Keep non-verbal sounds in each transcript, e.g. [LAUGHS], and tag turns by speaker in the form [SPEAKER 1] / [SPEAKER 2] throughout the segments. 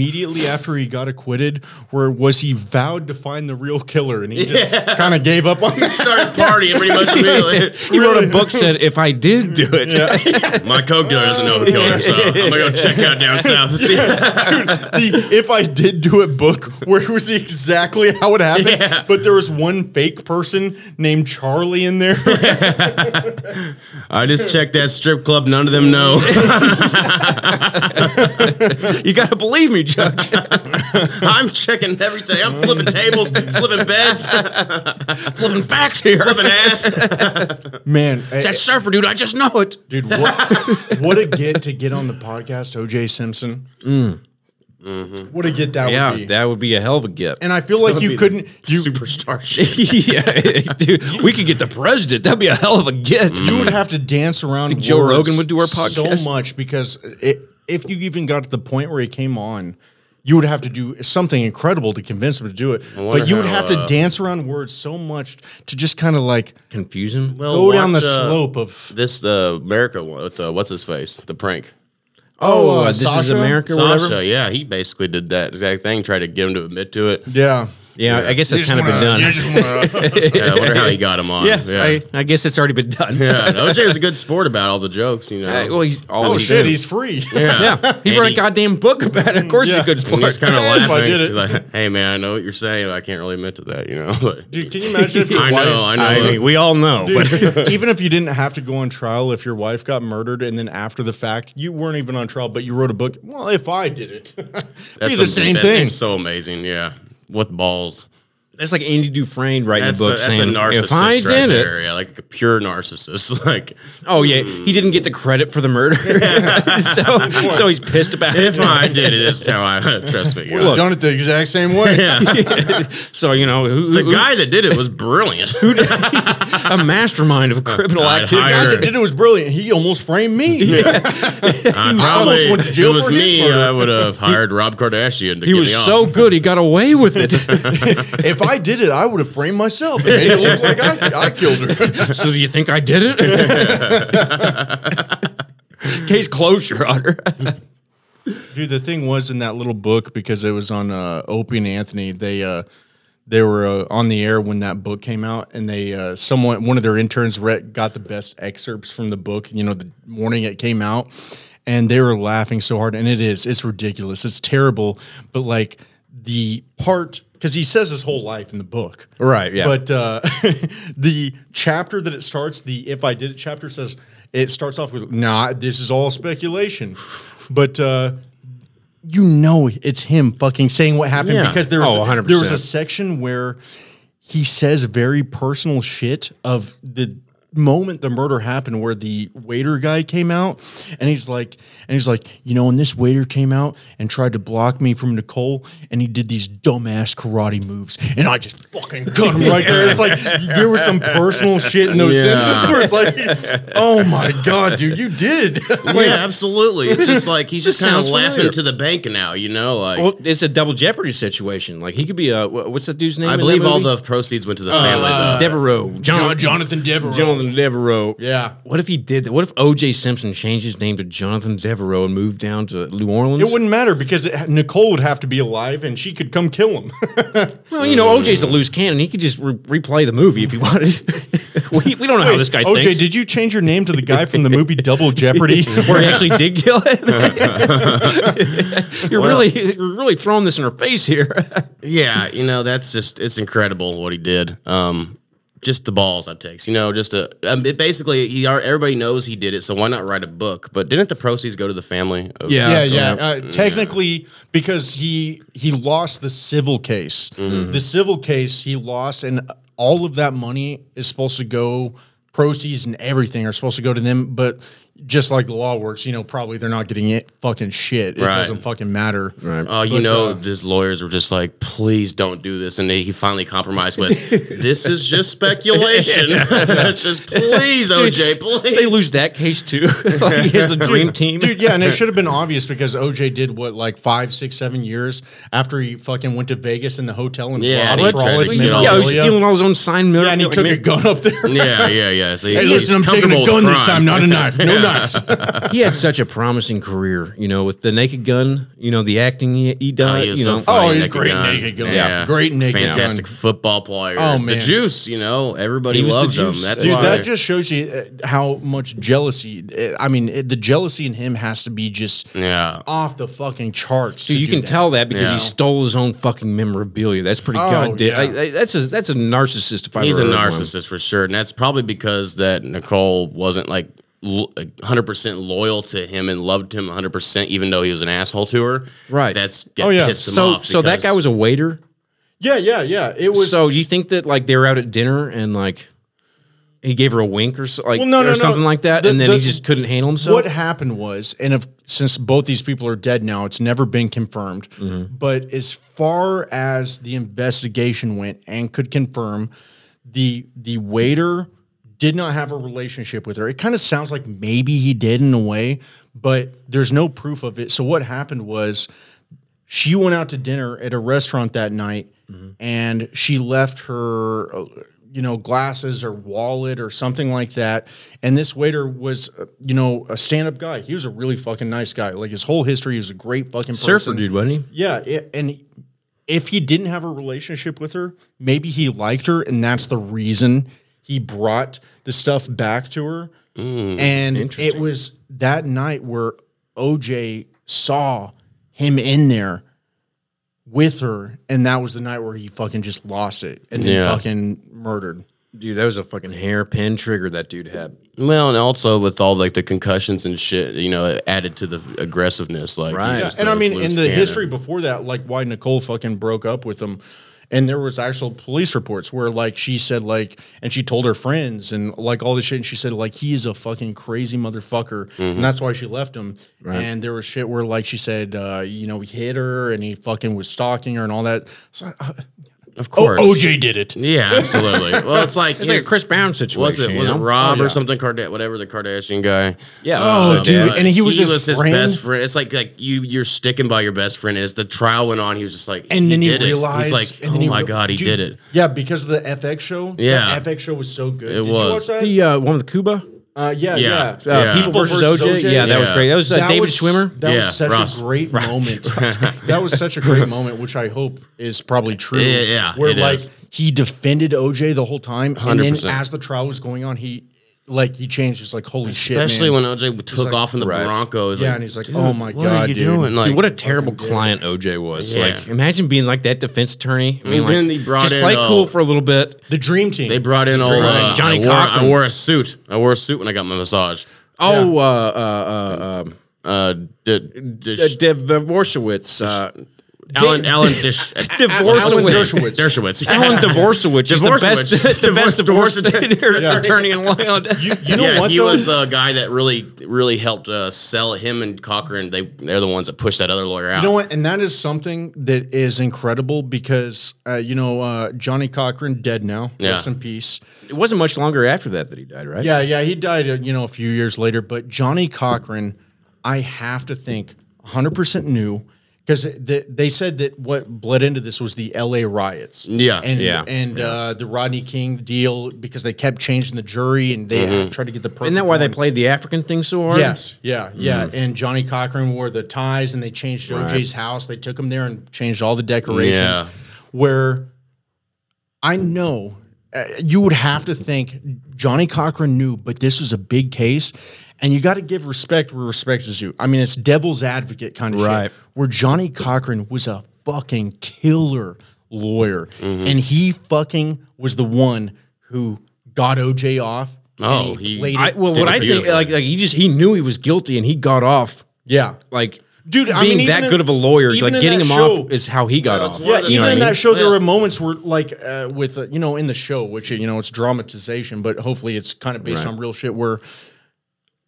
[SPEAKER 1] immediately after he got acquitted where was he vowed to find the real killer and he just kind of gave up on it.
[SPEAKER 2] Started partying pretty much [LAUGHS] immediately.
[SPEAKER 3] [LAUGHS] He wrote a book said if I did do it.
[SPEAKER 2] My coke dealer doesn't know who killed her, so I'm gonna go check out down south and see.
[SPEAKER 1] the if I did do it book where it was exactly how it happened,
[SPEAKER 2] Yeah.
[SPEAKER 1] but there was one fake person named Charlie in
[SPEAKER 3] [LAUGHS]
[SPEAKER 1] there.
[SPEAKER 2] [LAUGHS] I just checked that strip club. None of them know.
[SPEAKER 3] You gotta believe me, [LAUGHS] Judge.
[SPEAKER 2] [LAUGHS] I'm checking everything. I'm flipping tables, flipping [LAUGHS] beds, flipping facts here, flipping ass.
[SPEAKER 1] Man, I-
[SPEAKER 3] [LAUGHS] That surfer dude, I just know it.
[SPEAKER 1] dude, what, what a get to get on the podcast, OJ Simpson. What a get that
[SPEAKER 3] Mm. Yeah,
[SPEAKER 1] would be.
[SPEAKER 3] that would be a hell of a gift.
[SPEAKER 1] and I feel like you couldn't you
[SPEAKER 2] Superstar shit.
[SPEAKER 3] [LAUGHS] yeah, [LAUGHS] dude, we could get the president. That'd be a hell of a get.
[SPEAKER 1] you would have to dance around.
[SPEAKER 3] Joe
[SPEAKER 1] words
[SPEAKER 3] Rogan would do our
[SPEAKER 1] so
[SPEAKER 3] podcast?
[SPEAKER 1] much because i if you even got to the point where he came on, you would have to do something incredible to convince him to do it.
[SPEAKER 2] wonder
[SPEAKER 1] But you would
[SPEAKER 2] how,
[SPEAKER 1] have to
[SPEAKER 2] uh,
[SPEAKER 1] dance around words so much to just kind of like
[SPEAKER 3] Confuse him. Well,
[SPEAKER 2] Well,
[SPEAKER 1] go down the
[SPEAKER 2] watch, uh,
[SPEAKER 1] slope of
[SPEAKER 2] This the America one with uh, what's his face, the prank.
[SPEAKER 3] oh,
[SPEAKER 1] uh,
[SPEAKER 3] uh, this is
[SPEAKER 1] Sasha?
[SPEAKER 3] America, or
[SPEAKER 2] Sasha,
[SPEAKER 3] whatever.
[SPEAKER 2] yeah, he basically did that exact thing. Tried to get him to admit to it.
[SPEAKER 1] yeah.
[SPEAKER 3] Yeah, I guess that's kind of been done.
[SPEAKER 2] Yeah, I wonder how he got him
[SPEAKER 3] [LAUGHS]
[SPEAKER 2] on.
[SPEAKER 3] yeah,
[SPEAKER 2] yeah.
[SPEAKER 3] I, I guess it's already been done. [LAUGHS]
[SPEAKER 2] Yeah, and OJ was a good sport about all the jokes, you know.
[SPEAKER 3] Uh, well, he's
[SPEAKER 1] [LAUGHS]
[SPEAKER 3] always
[SPEAKER 1] Oh shit,
[SPEAKER 3] been.
[SPEAKER 1] he's free.
[SPEAKER 3] yeah. He wrote
[SPEAKER 2] And
[SPEAKER 3] a goddamn book about it. Of course, he's
[SPEAKER 1] Yeah.
[SPEAKER 3] a good
[SPEAKER 2] And
[SPEAKER 3] sport.
[SPEAKER 2] uh, he's kind
[SPEAKER 1] If
[SPEAKER 2] of
[SPEAKER 1] I
[SPEAKER 2] laughing.
[SPEAKER 1] did
[SPEAKER 2] He's
[SPEAKER 1] it.
[SPEAKER 2] like, "Hey, man, I know what you're saying, but I can't really admit to that, you know." [LAUGHS] But
[SPEAKER 1] Dude, can you imagine if
[SPEAKER 3] [LAUGHS]
[SPEAKER 1] your
[SPEAKER 2] I
[SPEAKER 1] wife,
[SPEAKER 2] know, I know.
[SPEAKER 3] [LAUGHS] I mean, we all know, but
[SPEAKER 1] Dude, [LAUGHS] even if you didn't have to go on trial, if your wife got murdered and then after the fact you weren't even on trial, but you wrote a book. Well, if I did it, [LAUGHS] be the
[SPEAKER 2] am-
[SPEAKER 1] same
[SPEAKER 2] that's
[SPEAKER 1] thing.
[SPEAKER 2] So amazing, yeah. What balls?
[SPEAKER 3] that's like Andy Dufresne writing
[SPEAKER 2] That's
[SPEAKER 3] a
[SPEAKER 2] a,
[SPEAKER 3] book
[SPEAKER 2] that's a
[SPEAKER 3] saying,
[SPEAKER 2] narcissist
[SPEAKER 3] "If I
[SPEAKER 2] right
[SPEAKER 3] did it,
[SPEAKER 2] there, yeah, like a pure narcissist. [LAUGHS] Like,
[SPEAKER 3] oh yeah, he didn't get the credit for the murder, [LAUGHS] so so he's pissed about it.
[SPEAKER 2] if [LAUGHS] I did it, this is how I [LAUGHS] trust me. you know.
[SPEAKER 1] I've done it the exact same way. [LAUGHS]
[SPEAKER 3] [LAUGHS] So you know, who,
[SPEAKER 2] the
[SPEAKER 3] who-
[SPEAKER 2] guy that did it was brilliant.
[SPEAKER 3] a mastermind [LAUGHS] of criminal
[SPEAKER 2] I'd
[SPEAKER 3] activity.
[SPEAKER 2] hire-
[SPEAKER 1] guy
[SPEAKER 2] Sure.
[SPEAKER 1] that did it was brilliant. He almost framed me. [LAUGHS]
[SPEAKER 2] I probably,
[SPEAKER 1] went to
[SPEAKER 2] if it
[SPEAKER 1] jail
[SPEAKER 2] was
[SPEAKER 1] for his
[SPEAKER 2] me, uh,
[SPEAKER 1] murder.
[SPEAKER 2] I would have hired Rob Kardashian to
[SPEAKER 3] He
[SPEAKER 2] get
[SPEAKER 3] was
[SPEAKER 2] me off.
[SPEAKER 3] [LAUGHS] so good, he got away with [LAUGHS] it.
[SPEAKER 1] if I did it, I would have framed myself and made it look like I, I killed
[SPEAKER 2] [LAUGHS]
[SPEAKER 1] her.
[SPEAKER 3] so you think I did it? [LAUGHS] Case closed, Your Honor.
[SPEAKER 1] Dude, the thing was in that little book because it was on uh, Opie and Anthony. They uh, they were uh, on the air when that book came out, and they uh, someone one of their interns read, got the best excerpts from the book. You know, the morning it came out, and they were laughing so hard. And it is, it's ridiculous, it's terrible, but like the part because he says his whole life in the book,
[SPEAKER 3] Right, yeah.
[SPEAKER 1] But uh, [LAUGHS] the chapter that it starts, the "If I Did It" chapter says it starts off with "Nah, this is all speculation," but uh, you know it's him fucking saying what happened
[SPEAKER 3] Yeah.
[SPEAKER 1] because there was
[SPEAKER 3] Oh,
[SPEAKER 1] a,
[SPEAKER 3] 100%.
[SPEAKER 1] there was a section where he says very personal shit of the moment the murder happened where the waiter guy came out and he's like and he's like you know and this waiter came out and tried to block me from Nicole and he did these dumbass karate moves and I just fucking cut him right there it's like there was some personal shit in those
[SPEAKER 2] Yeah.
[SPEAKER 1] sentences where it's like oh my god dude you did
[SPEAKER 2] Yeah, absolutely. It's just like he's just
[SPEAKER 3] This
[SPEAKER 2] kind of
[SPEAKER 3] sounds
[SPEAKER 2] laughing
[SPEAKER 3] familiar.
[SPEAKER 2] to the bank now, you know. Like
[SPEAKER 3] [LAUGHS] Well, it's a double jeopardy situation. Like he could be a wha- what's that dude's name?
[SPEAKER 2] I
[SPEAKER 3] in that
[SPEAKER 2] believe all
[SPEAKER 3] movie?
[SPEAKER 2] the proceeds went to the family. though.
[SPEAKER 3] uh,
[SPEAKER 1] [LAUGHS]
[SPEAKER 3] Devereaux, John,
[SPEAKER 1] Jonathan Devereaux
[SPEAKER 3] Jonathan Devereaux.
[SPEAKER 1] Yeah.
[SPEAKER 3] What if he did that? What if O.J. Simpson changed his name to Jonathan Devereaux and moved down to New Orleans?
[SPEAKER 1] It wouldn't matter because it, Nicole would have to be alive and she could come kill him.
[SPEAKER 3] well, you know, O.J.'s a loose cannon. He could just re- replay the movie if he wanted. [LAUGHS] we, we don't know how this guy
[SPEAKER 1] OJ,
[SPEAKER 3] thinks.
[SPEAKER 1] did you change your name to the guy from the movie Double Jeopardy?
[SPEAKER 3] where he actually did kill him. [LAUGHS] you're really you're really throwing this in her face here.
[SPEAKER 2] Yeah, you know that's just it's incredible what he did. Um, just the balls that takes. You know, just a um, it basically he are everybody knows he did it, so why not write a book? But didn't the proceeds go to the family? Oh, Of,
[SPEAKER 1] yeah, yeah. Uh, technically, because he he lost the civil case. The civil case he lost, and all of that money is supposed to go proceeds and everything are supposed to go to them. But just like the law works, you know, probably they're not getting it fucking shit. It
[SPEAKER 2] Right.
[SPEAKER 1] doesn't fucking matter. Right.
[SPEAKER 2] Oh, you know, his lawyers were just like, "Please don't do this," and they, he finally compromised
[SPEAKER 1] [LAUGHS]
[SPEAKER 2] with, "This is just speculation. [LAUGHS] just please, OJ, please."
[SPEAKER 3] They lose that case too. [LAUGHS] like he has the dream team.
[SPEAKER 1] Dude, yeah, and [LAUGHS] it should have been obvious because OJ did what like five, six, seven years after he fucking went to Vegas in the hotel and
[SPEAKER 2] Yeah, and he
[SPEAKER 1] robbed for
[SPEAKER 2] tried
[SPEAKER 1] all
[SPEAKER 2] to
[SPEAKER 1] his
[SPEAKER 2] get all-
[SPEAKER 3] yeah,
[SPEAKER 1] memorabilia.
[SPEAKER 3] he's stealing all his own signed
[SPEAKER 1] yeah, and he took a gun up there.
[SPEAKER 2] yeah, yeah, yeah. So [LAUGHS]
[SPEAKER 1] Hey, listen, I'm taking a gun this time, not a knife. No
[SPEAKER 3] nuts. he had such a promising career, you know, with the Naked Gun, you know, the acting he, he
[SPEAKER 2] Oh,
[SPEAKER 3] done,
[SPEAKER 2] he was
[SPEAKER 3] Uh, you
[SPEAKER 2] so
[SPEAKER 3] know.
[SPEAKER 2] funny,
[SPEAKER 1] Oh, he's
[SPEAKER 2] Naked
[SPEAKER 1] great
[SPEAKER 2] Gun.
[SPEAKER 1] Naked Gun. Great Naked Gun.
[SPEAKER 2] Fantastic football player.
[SPEAKER 1] Oh,
[SPEAKER 2] The
[SPEAKER 1] man.
[SPEAKER 2] juice, you know, everybody
[SPEAKER 3] He was the
[SPEAKER 2] loves him.
[SPEAKER 3] juice.
[SPEAKER 2] That's
[SPEAKER 1] Dude,
[SPEAKER 2] why.
[SPEAKER 1] that just shows you uh, how much jealousy. uh, I mean, it- the jealousy in him has to be just
[SPEAKER 2] yeah.
[SPEAKER 1] off the fucking charts.
[SPEAKER 3] Dude,
[SPEAKER 1] to
[SPEAKER 3] you
[SPEAKER 1] do
[SPEAKER 3] can
[SPEAKER 1] that.
[SPEAKER 3] tell that because
[SPEAKER 2] Yeah.
[SPEAKER 3] he stole his own fucking memorabilia. That's pretty
[SPEAKER 1] Oh,
[SPEAKER 3] goddamn.
[SPEAKER 1] yeah.
[SPEAKER 3] I- I- that's a that's a narcissist. If I
[SPEAKER 2] He's a
[SPEAKER 3] ever heard one.
[SPEAKER 2] narcissist for sure, and that's probably because that Nicole wasn't like hundred percent loyal to him and loved him hundred percent, even though he was an asshole to her.
[SPEAKER 3] Right.
[SPEAKER 2] That's
[SPEAKER 1] Oh, yeah.
[SPEAKER 2] pissed him
[SPEAKER 3] So
[SPEAKER 2] off.
[SPEAKER 3] so that
[SPEAKER 2] because-
[SPEAKER 3] guy was a waiter.
[SPEAKER 1] Yeah, yeah, yeah. It was.
[SPEAKER 3] so do you think that like they were out at dinner and like he gave her a wink or so, like
[SPEAKER 1] Well, no,
[SPEAKER 3] or
[SPEAKER 1] no, no.
[SPEAKER 3] something like that,
[SPEAKER 1] The-
[SPEAKER 3] and then
[SPEAKER 1] the-
[SPEAKER 3] he just couldn't handle himself?
[SPEAKER 1] what happened was, and if, since both these people are dead now, it's never been confirmed. But as far as the investigation went, and could confirm, the the waiter did not have a relationship with her. It kind of sounds like maybe he did in a way, but there's no proof of it. So what happened was, she went out to dinner at a restaurant that night and she left her uh, you know glasses or wallet or something like that and this waiter was uh, you know a stand-up guy he was a really fucking nice guy like his whole history he was a great fucking person.
[SPEAKER 3] surfer dude, wasn't he?
[SPEAKER 1] yeah i- and if he didn't have a relationship with her maybe he liked her and that's the reason he brought the stuff back to her and it was that night where oj saw him in there with her and that was the night where he fucking just lost it and then
[SPEAKER 2] Yeah.
[SPEAKER 1] fucking murdered
[SPEAKER 3] Dude, that was a fucking hairpin trigger that dude had.
[SPEAKER 2] well, and also with all like the concussions and shit, you know, it added to the aggressiveness. Like, he's
[SPEAKER 3] Right.
[SPEAKER 2] just
[SPEAKER 1] and
[SPEAKER 2] a
[SPEAKER 1] I mean, in
[SPEAKER 2] loose
[SPEAKER 1] the
[SPEAKER 2] cannon.
[SPEAKER 1] history before that, like why Nicole fucking broke up with him, and there was actual police reports where like she said like, and she told her friends and like all this shit, and she said like he is a fucking crazy motherfucker,
[SPEAKER 2] Mm-hmm.
[SPEAKER 1] and that's why she left him. And there was shit where like she said, uh, you know, he hit her and he fucking was stalking her and all that. So, uh,
[SPEAKER 2] of course,
[SPEAKER 1] OJ did it.
[SPEAKER 2] Yeah, absolutely. well, it's like
[SPEAKER 3] It's like a
[SPEAKER 2] his-
[SPEAKER 3] Chris Brown
[SPEAKER 2] Was
[SPEAKER 3] situation.
[SPEAKER 2] it
[SPEAKER 3] you
[SPEAKER 2] was it
[SPEAKER 3] know?
[SPEAKER 2] Rob
[SPEAKER 1] Oh, yeah.
[SPEAKER 2] or something? Karda- whatever the Kardashian guy.
[SPEAKER 3] Yeah.
[SPEAKER 1] Oh,
[SPEAKER 2] Um,
[SPEAKER 1] dude,
[SPEAKER 2] uh,
[SPEAKER 1] and he was his friend?
[SPEAKER 2] best friend. It's like like you you're sticking by your best friend. And as the trial went on, he was just like,
[SPEAKER 1] And then he,
[SPEAKER 2] did it.
[SPEAKER 1] realized.
[SPEAKER 2] he's like,
[SPEAKER 1] and
[SPEAKER 2] oh
[SPEAKER 1] then he
[SPEAKER 2] my
[SPEAKER 1] re-
[SPEAKER 2] god, he
[SPEAKER 1] Dude,
[SPEAKER 2] did it.
[SPEAKER 1] Yeah, because of the FX show. The
[SPEAKER 2] Yeah.
[SPEAKER 1] FX show was so good.
[SPEAKER 2] It
[SPEAKER 1] Did you
[SPEAKER 2] was.
[SPEAKER 1] watch that?
[SPEAKER 3] the uh, one with Cuba.
[SPEAKER 1] uh, yeah,
[SPEAKER 2] Yeah.
[SPEAKER 1] yeah.
[SPEAKER 3] Uh,
[SPEAKER 2] Oh. Yeah.
[SPEAKER 3] People versus, OJ. Yeah, that was
[SPEAKER 2] Yeah.
[SPEAKER 3] great. That was uh,
[SPEAKER 1] That
[SPEAKER 3] David
[SPEAKER 1] was-
[SPEAKER 3] Schwimmer.
[SPEAKER 1] That
[SPEAKER 2] Yeah,
[SPEAKER 1] was such
[SPEAKER 2] Ross.
[SPEAKER 1] a great moment.
[SPEAKER 2] [LAUGHS]
[SPEAKER 1] [LAUGHS] that was such a great moment, which I hope is probably true.
[SPEAKER 2] Yeah, yeah,
[SPEAKER 1] where
[SPEAKER 2] it
[SPEAKER 1] like
[SPEAKER 2] is.
[SPEAKER 1] he defended OJ the whole time, and then
[SPEAKER 2] 100%.
[SPEAKER 1] as the trial was going on, he like he changed. It's like holy shit,
[SPEAKER 2] Especially
[SPEAKER 1] man.
[SPEAKER 2] when OJ took off in the
[SPEAKER 3] right.
[SPEAKER 2] Broncos.
[SPEAKER 1] yeah, and he's like,
[SPEAKER 2] "Dude,
[SPEAKER 1] oh my
[SPEAKER 2] what
[SPEAKER 1] god,
[SPEAKER 2] are you
[SPEAKER 1] dude.
[SPEAKER 2] doing? Like,
[SPEAKER 3] Dude, what a terrible client OJ was.
[SPEAKER 2] Yeah.
[SPEAKER 3] Like, imagine being like that defense attorney. I mean,
[SPEAKER 2] then
[SPEAKER 3] like,
[SPEAKER 2] he brought
[SPEAKER 3] just
[SPEAKER 2] in,
[SPEAKER 3] play
[SPEAKER 2] uh,
[SPEAKER 3] cool for a little bit.
[SPEAKER 1] The dream team.
[SPEAKER 2] They brought in old uh,
[SPEAKER 3] Johnny
[SPEAKER 2] Johnny I wore, I
[SPEAKER 3] Cochran.
[SPEAKER 2] wore a suit. I wore a suit when I got my massage.
[SPEAKER 3] Oh, uh, uh, uh, um,
[SPEAKER 2] Uh, d- d-
[SPEAKER 3] uh, Dev Vorshowitz, uh,
[SPEAKER 2] Alan Alan Dish. Alan
[SPEAKER 3] Dershowitz.
[SPEAKER 2] Dershowitz. Dershowitz.
[SPEAKER 3] Alan Dvorsovich. He's the best, [LAUGHS]
[SPEAKER 2] Dvorsovich.
[SPEAKER 3] the best divorce
[SPEAKER 1] [LAUGHS]
[SPEAKER 2] Divorce
[SPEAKER 3] attorney, attorney in Lyon.
[SPEAKER 1] you know
[SPEAKER 2] yeah,
[SPEAKER 1] what
[SPEAKER 2] he
[SPEAKER 1] though?
[SPEAKER 2] was uh, the guy that really, really helped uh, sell him and Cochran. They, they're the ones that pushed that other lawyer out.
[SPEAKER 1] You know what? And that is something that is incredible because uh, you know uh, Johnny Cochran dead now.
[SPEAKER 2] Yeah.
[SPEAKER 1] Rest in peace.
[SPEAKER 3] It wasn't much longer after that that he died, right?
[SPEAKER 1] Yeah, yeah, he died, uh, you know, a few years later. But Johnny Cochran, I have to think 100% knew because they, they said that what bled into this was the LA riots.
[SPEAKER 2] Yeah,
[SPEAKER 1] And,
[SPEAKER 3] yeah,
[SPEAKER 1] and Uh, the Rodney King deal because they kept changing the jury and they uh, tried to get the perfect
[SPEAKER 3] Mm-hmm. Isn't that why they
[SPEAKER 1] one.
[SPEAKER 3] played the African thing so hard?
[SPEAKER 1] Yes, yeah, yeah.
[SPEAKER 3] Hmm.
[SPEAKER 1] And Johnny Cochran wore the ties and they changed OJ's house. They took him there and changed all the decorations.
[SPEAKER 2] Yeah.
[SPEAKER 1] Where I know uh, you would have to think Johnny Cochran knew, but this was a big case. And you got to give respect where respect is due. I mean, it's devil's advocate kind of
[SPEAKER 3] Right.
[SPEAKER 1] shit. Where Johnny Cochran was a fucking killer lawyer,
[SPEAKER 3] Mm-hmm.
[SPEAKER 1] and he fucking was the one who got OJ off. and
[SPEAKER 2] Oh, he-
[SPEAKER 1] laid it-
[SPEAKER 3] I, well, what I think, uh,
[SPEAKER 2] Beautiful.
[SPEAKER 3] like, like he just he knew he was guilty and he got off.
[SPEAKER 1] yeah.
[SPEAKER 3] Like,
[SPEAKER 1] Dude,
[SPEAKER 3] being
[SPEAKER 1] I mean, even
[SPEAKER 3] that
[SPEAKER 1] in-
[SPEAKER 3] good of a lawyer,
[SPEAKER 1] even
[SPEAKER 3] like
[SPEAKER 1] in
[SPEAKER 3] getting
[SPEAKER 1] that
[SPEAKER 3] him
[SPEAKER 1] show-
[SPEAKER 3] off is how he got off.
[SPEAKER 2] it's
[SPEAKER 1] Yeah,
[SPEAKER 2] You know
[SPEAKER 1] even
[SPEAKER 2] what I
[SPEAKER 1] in
[SPEAKER 2] mean?
[SPEAKER 1] that show, there
[SPEAKER 2] Yeah.
[SPEAKER 1] were moments where, like, uh, with uh, you know, in the show, which you know, it's dramatization, but hopefully, it's kind of based on real shit. Where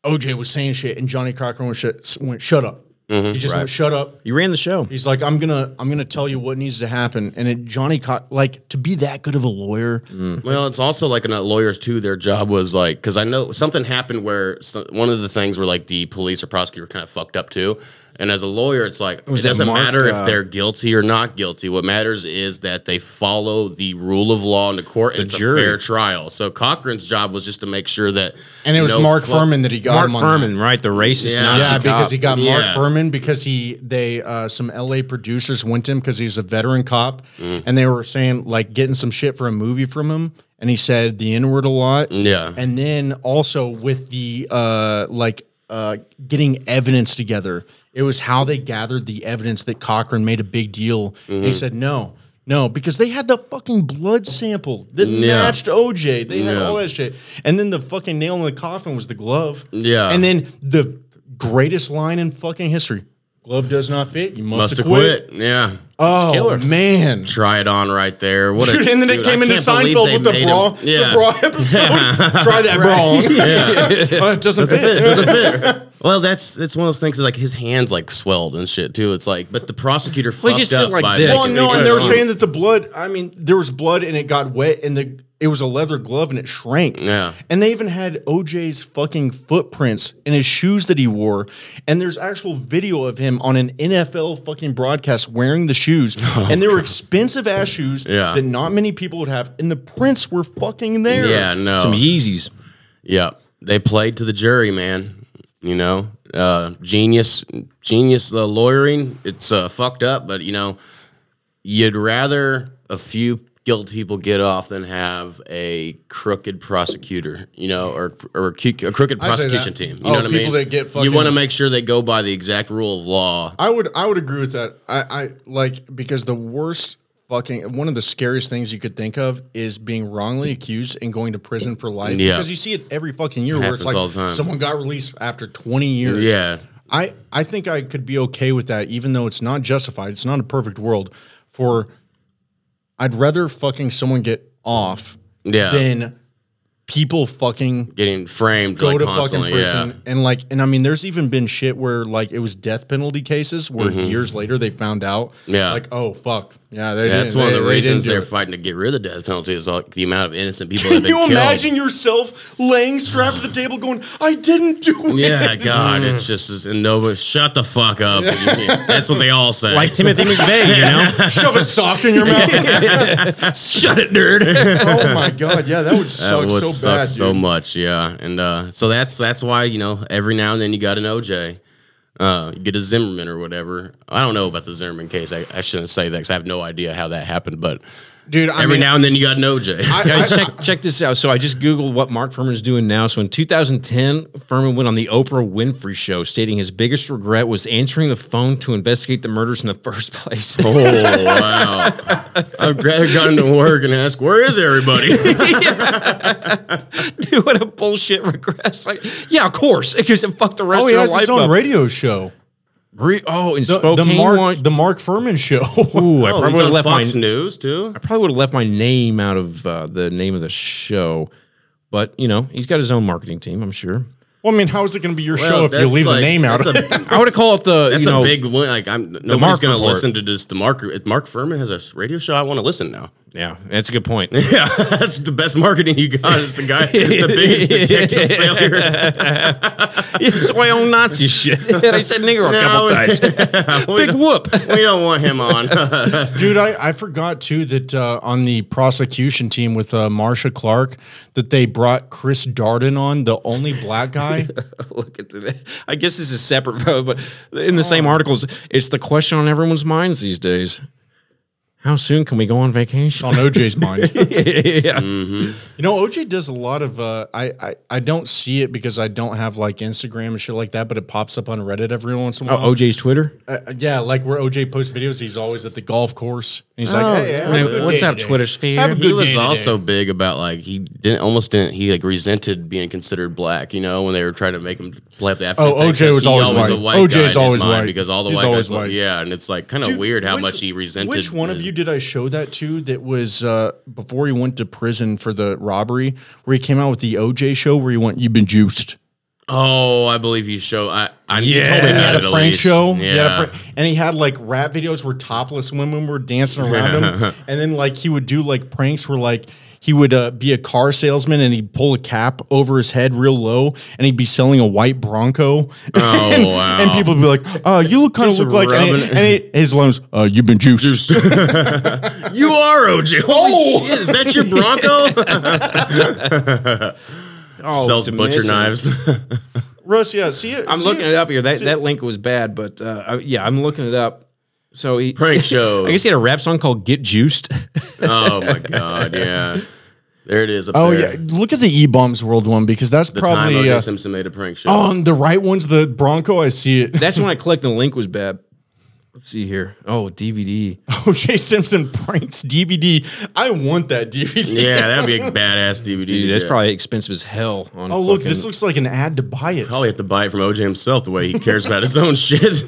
[SPEAKER 1] OJ was saying shit, and Johnny Cochran went, shut, went shut up. he just went shut up.
[SPEAKER 3] You ran the show.
[SPEAKER 1] He's like, I'm gonna, I'm gonna tell you what needs to happen. And it, Johnny, Co- like, to be that good of a lawyer,
[SPEAKER 2] Well, it's also like in uh, lawyers too. Their job was like because I know something happened where so, one of the things where like the police or prosecutor kind of fucked up too. And as a lawyer, it's like it
[SPEAKER 1] Was that
[SPEAKER 2] doesn't
[SPEAKER 1] Mark,
[SPEAKER 2] matter
[SPEAKER 1] uh,
[SPEAKER 2] if they're guilty or not guilty. What matters is that they follow the rule of law in the court and it's
[SPEAKER 3] jury.
[SPEAKER 2] a fair trial. So Cochran's job was just to make sure that
[SPEAKER 1] And it was
[SPEAKER 2] no
[SPEAKER 1] Mark
[SPEAKER 2] fuck-
[SPEAKER 1] Furman that he got
[SPEAKER 3] Mark
[SPEAKER 1] him on
[SPEAKER 3] Furman, right? The racist
[SPEAKER 1] That.
[SPEAKER 2] Yeah.
[SPEAKER 3] Nazi
[SPEAKER 1] Yeah, because
[SPEAKER 3] cop.
[SPEAKER 1] he got
[SPEAKER 2] Yeah.
[SPEAKER 1] Mark Furman because he they uh, some LA producers went to him because he's a veteran cop,
[SPEAKER 3] Mm.
[SPEAKER 1] and they were saying like getting some shit for a movie from him, and he said the N word a lot.
[SPEAKER 2] Yeah.
[SPEAKER 1] and then also with the uh, like uh, getting evidence together, it was how they gathered the evidence that Cochran made a big deal. He said no. No, because they had the fucking blood sample that
[SPEAKER 2] Yeah.
[SPEAKER 1] matched OJ. They had
[SPEAKER 2] Yeah.
[SPEAKER 1] all that shit. And then the fucking nail in the coffin was the glove.
[SPEAKER 2] Yeah.
[SPEAKER 1] And then the greatest line in fucking history. Glove does not fit. You must,
[SPEAKER 2] must
[SPEAKER 1] have quit.
[SPEAKER 2] Yeah.
[SPEAKER 1] Oh man.
[SPEAKER 2] Try it on right there. What
[SPEAKER 1] Dude, [LAUGHS]
[SPEAKER 2] a,
[SPEAKER 1] and then it
[SPEAKER 2] dude,
[SPEAKER 1] came
[SPEAKER 2] I
[SPEAKER 1] into
[SPEAKER 2] can't believe
[SPEAKER 1] Seinfeld
[SPEAKER 2] they
[SPEAKER 1] with the
[SPEAKER 2] made
[SPEAKER 1] bra,
[SPEAKER 2] him- Yeah.
[SPEAKER 1] the bra episode.
[SPEAKER 2] [LAUGHS]
[SPEAKER 1] Try that [LAUGHS] bra on. Oh, it doesn't, fit.
[SPEAKER 2] Doesn't fit. [LAUGHS] Well, that's that's one of those things. Like his hands like swelled and shit too. It's like, but the prosecutor
[SPEAKER 3] Well,
[SPEAKER 2] fucked
[SPEAKER 3] he just did
[SPEAKER 2] up
[SPEAKER 3] like
[SPEAKER 2] by
[SPEAKER 3] this.
[SPEAKER 1] Well,
[SPEAKER 2] making
[SPEAKER 1] no,
[SPEAKER 2] it
[SPEAKER 1] and they were
[SPEAKER 2] go.
[SPEAKER 1] saying that the blood. I mean, there was blood and it got wet, and the it was a leather glove and it shrank.
[SPEAKER 2] Yeah.
[SPEAKER 1] And they even had OJ's fucking footprints in his shoes that he wore, and there's actual video of him on an NFL fucking broadcast wearing the
[SPEAKER 2] [LAUGHS]
[SPEAKER 1] shoes, and they were expensive ass shoes
[SPEAKER 2] Oh, Yeah.
[SPEAKER 1] that not many people would have, and the prints were fucking there.
[SPEAKER 2] yeah, no,
[SPEAKER 3] Some Yeezys.
[SPEAKER 2] yeah. They played to the jury, man. You know, uh, genius, genius uh, lawyering. It's uh, fucked up, but you know, you'd rather a few guilty people get off than have a crooked prosecutor, you know, or or a, cu- a crooked
[SPEAKER 1] I say that.
[SPEAKER 2] prosecution team. You
[SPEAKER 1] Oh,
[SPEAKER 2] know what I mean?
[SPEAKER 1] people that get
[SPEAKER 2] you
[SPEAKER 1] fucking-
[SPEAKER 2] want to make sure they go by the exact rule of law.
[SPEAKER 1] I would I would agree with that. I, I like because the worst fucking one of the scariest things you could think of is being wrongly accused and going to prison for life.
[SPEAKER 2] Yeah.
[SPEAKER 1] Because you see it every fucking year where it's
[SPEAKER 2] Happens all the
[SPEAKER 1] like
[SPEAKER 2] time.
[SPEAKER 1] someone got released after twenty years.
[SPEAKER 2] Yeah.
[SPEAKER 1] I, I think I could be okay with that, even though it's not justified. It's not a perfect world. For I'd rather fucking someone get off
[SPEAKER 2] Yeah.
[SPEAKER 1] than people fucking
[SPEAKER 2] Getting framed
[SPEAKER 1] go
[SPEAKER 2] like
[SPEAKER 1] to
[SPEAKER 2] constantly.
[SPEAKER 1] fucking prison
[SPEAKER 2] Yeah.
[SPEAKER 1] and like and I mean there's even been shit where like it was death penalty cases where years later they found out
[SPEAKER 2] Mm-hmm. Yeah.
[SPEAKER 1] like oh fuck yeah they
[SPEAKER 2] Yeah,
[SPEAKER 1] didn't,
[SPEAKER 2] that's one of
[SPEAKER 1] they-
[SPEAKER 2] the
[SPEAKER 1] they didn't
[SPEAKER 2] reasons
[SPEAKER 1] do
[SPEAKER 2] they're
[SPEAKER 1] it.
[SPEAKER 2] fighting to get rid of the death penalty is like the amount of innocent people that
[SPEAKER 1] Can [LAUGHS]
[SPEAKER 2] have been
[SPEAKER 1] you
[SPEAKER 2] killed.
[SPEAKER 1] imagine yourself laying strapped to the table going I didn't do it [LAUGHS]
[SPEAKER 2] Yeah, God,
[SPEAKER 1] Mm.
[SPEAKER 2] it's just it's- and nobody. Shut the fuck up. that's what they all say.
[SPEAKER 3] Like [LAUGHS] Timothy McVeigh, you [LAUGHS]
[SPEAKER 1] [LAUGHS]
[SPEAKER 3] know?
[SPEAKER 1] shove a sock in your
[SPEAKER 2] [LAUGHS]
[SPEAKER 1] mouth [LAUGHS]
[SPEAKER 3] Shut it, nerd.
[SPEAKER 1] oh my god yeah that would suck
[SPEAKER 2] that would
[SPEAKER 1] so
[SPEAKER 2] suck
[SPEAKER 1] bad
[SPEAKER 2] so
[SPEAKER 1] dude.
[SPEAKER 2] much. Yeah, and uh, so that's that's why you know every now and then you got an OJ. Uh, you get a Zimmerman or whatever. I don't know about the Zimmerman case. I, I shouldn't say that because I have no idea how that happened. But
[SPEAKER 1] dude I
[SPEAKER 2] every
[SPEAKER 1] mean,
[SPEAKER 2] now and then you got an OJ.
[SPEAKER 3] Guys, check, check this out. So I just Googled what Mark Furman's doing now. So in 2010, Furman went on the Oprah Winfrey show stating his biggest regret was answering the phone to investigate the murders in the first place.
[SPEAKER 2] [LAUGHS]
[SPEAKER 3] [LAUGHS]
[SPEAKER 2] oh wow! I've gra- gotten to work and asked, "Where is
[SPEAKER 1] [LAUGHS]
[SPEAKER 2] everybody?"
[SPEAKER 3] Dude, what a bullshit regret. Like, yeah, of course. Because it fucked the rest
[SPEAKER 1] oh
[SPEAKER 3] of
[SPEAKER 1] he
[SPEAKER 3] your
[SPEAKER 1] has
[SPEAKER 3] life
[SPEAKER 1] his own
[SPEAKER 3] up.
[SPEAKER 1] radio show
[SPEAKER 3] Re- oh, in
[SPEAKER 1] the,
[SPEAKER 3] Spokane.
[SPEAKER 1] the Mark
[SPEAKER 3] one-
[SPEAKER 1] the Mark Furman show [LAUGHS]
[SPEAKER 3] Ooh, I
[SPEAKER 2] Oh, he's
[SPEAKER 3] probably would
[SPEAKER 2] on
[SPEAKER 3] have left my
[SPEAKER 2] Fox News too.
[SPEAKER 3] I probably would have left my name out of uh, the name of the show. But you know, he's got his own marketing team. I'm sure.
[SPEAKER 1] well I mean how is it going to be your show
[SPEAKER 2] Well,
[SPEAKER 1] if you
[SPEAKER 2] that's
[SPEAKER 1] leave the
[SPEAKER 2] like-
[SPEAKER 1] name out
[SPEAKER 2] that's
[SPEAKER 1] of
[SPEAKER 2] a-
[SPEAKER 1] it
[SPEAKER 3] I would have called it the
[SPEAKER 2] That's
[SPEAKER 3] you know
[SPEAKER 2] a big one. Like I'm nobody's
[SPEAKER 3] Mark
[SPEAKER 2] going to
[SPEAKER 3] Report.
[SPEAKER 2] listen to this. The Mark if Mark Furman has a radio show. I want to
[SPEAKER 1] [LAUGHS]
[SPEAKER 2] listen now.
[SPEAKER 3] yeah. That's a good point.
[SPEAKER 2] Yeah, [LAUGHS] that's the best marketing you got. Is
[SPEAKER 1] [LAUGHS]
[SPEAKER 2] the guy the biggest detective failure?
[SPEAKER 3] it's my own Nazi [LAUGHS] shit. I said nigger a couple times.
[SPEAKER 2] we,
[SPEAKER 3] Big [LAUGHS]
[SPEAKER 2] don't,
[SPEAKER 3] whoop.
[SPEAKER 2] [LAUGHS] we don't want
[SPEAKER 1] [LAUGHS]
[SPEAKER 2] him on. [LAUGHS]
[SPEAKER 1] Dude, I, I forgot too that uh, on the prosecution team with uh, Marsha Clark that they brought Chris Darden on, the only black guy.
[SPEAKER 3] Look at the. I guess this is separate, but in the same articles, it's the question on everyone's minds these days. How soon can we go on vacation?
[SPEAKER 1] on OJ's mind.
[SPEAKER 3] [LAUGHS] yeah.
[SPEAKER 1] You know, OJ does a lot of. Uh, I, I I don't see it because I don't have like Instagram and shit like that, but it pops up on Reddit every once in a while.
[SPEAKER 3] Oh, OJ's Twitter.
[SPEAKER 1] Uh, yeah, like where OJ posts videos, he's always at the golf course, and he's like, "Hey, yeah, have a good
[SPEAKER 3] What's
[SPEAKER 1] day
[SPEAKER 3] up,
[SPEAKER 1] today."
[SPEAKER 3] Twitter sphere?
[SPEAKER 1] Have a
[SPEAKER 2] he
[SPEAKER 1] good day
[SPEAKER 2] was
[SPEAKER 1] today.
[SPEAKER 2] also big about like he didn't almost didn't he like resented being considered black. You know when they were trying to make him play up the African.
[SPEAKER 1] Oh,
[SPEAKER 2] thing,
[SPEAKER 1] OJ
[SPEAKER 2] 'cause
[SPEAKER 1] was
[SPEAKER 2] he
[SPEAKER 1] always
[SPEAKER 2] a
[SPEAKER 1] white.
[SPEAKER 2] white
[SPEAKER 1] OJ
[SPEAKER 2] guy
[SPEAKER 1] is
[SPEAKER 2] in his
[SPEAKER 1] always
[SPEAKER 2] mind
[SPEAKER 1] white.
[SPEAKER 2] because all the
[SPEAKER 1] He's
[SPEAKER 2] white
[SPEAKER 1] always
[SPEAKER 2] guys.
[SPEAKER 1] white.
[SPEAKER 2] Yeah, and it's like kind of
[SPEAKER 1] Dude,
[SPEAKER 2] weird how
[SPEAKER 1] which-
[SPEAKER 2] much he resented.
[SPEAKER 1] Which one of
[SPEAKER 2] his-
[SPEAKER 1] you did I show that to? That was uh, before he went to prison for the robbery, where he came out with the OJ show, where he went, "You've been juiced."
[SPEAKER 2] Oh, I believe you show. I, I you
[SPEAKER 3] Yeah.
[SPEAKER 2] told me
[SPEAKER 1] He
[SPEAKER 2] about
[SPEAKER 1] had
[SPEAKER 2] it
[SPEAKER 1] a
[SPEAKER 2] at
[SPEAKER 1] prank
[SPEAKER 2] least.
[SPEAKER 1] show,
[SPEAKER 2] Yeah.
[SPEAKER 1] He had a prank- and he had like rap
[SPEAKER 2] [LAUGHS]
[SPEAKER 1] videos where topless women were dancing around him, and then like he would do like pranks where like he would uh, be a car salesman and he'd pull a cap over his head real low and he'd be selling a white Bronco. [LAUGHS] Oh, and,
[SPEAKER 2] wow.
[SPEAKER 1] and people would be like, oh, you look kind of
[SPEAKER 2] Just
[SPEAKER 1] look like. And, he-
[SPEAKER 2] rubbing it.
[SPEAKER 1] and he- his loans, uh, you've been juiced.
[SPEAKER 2] You are OJ. Holy
[SPEAKER 1] Oh!
[SPEAKER 2] shit, is that your [LAUGHS] Bronco?
[SPEAKER 3] Oh,
[SPEAKER 2] Sells
[SPEAKER 3] it's
[SPEAKER 2] butcher knives.
[SPEAKER 3] amazing.
[SPEAKER 1] Russ, yeah, see it.
[SPEAKER 3] I'm
[SPEAKER 1] see
[SPEAKER 3] looking
[SPEAKER 1] it.
[SPEAKER 3] it up here. That that link was bad, but uh, I- yeah, I'm looking it up. So he,
[SPEAKER 2] [LAUGHS] Prank show.
[SPEAKER 3] I guess he had a rap song called "Get Juiced." [LAUGHS]
[SPEAKER 2] Oh my god, yeah. There it is. Up
[SPEAKER 1] Oh
[SPEAKER 2] there.
[SPEAKER 1] yeah, look at the E Bombs World one because that's
[SPEAKER 2] The time
[SPEAKER 1] probably
[SPEAKER 2] OJ
[SPEAKER 1] uh, Oh.
[SPEAKER 2] Simpson made a prank show.
[SPEAKER 1] on the right one's the Bronco. I see it. [LAUGHS]
[SPEAKER 3] That's when I clicked. and The link was bad. Let's see here. Oh, DVD.
[SPEAKER 1] OJ Simpson pranks DVD. I want that DVD.
[SPEAKER 2] Yeah, that'd be a badass DVD.
[SPEAKER 3] Dude, that's
[SPEAKER 2] yeah.
[SPEAKER 3] probably expensive as hell. On
[SPEAKER 1] Oh look, this
[SPEAKER 3] fucking-
[SPEAKER 1] looks like an ad to buy it.
[SPEAKER 2] probably have to buy it from OJ himself the way he cares about his own shit. [LAUGHS]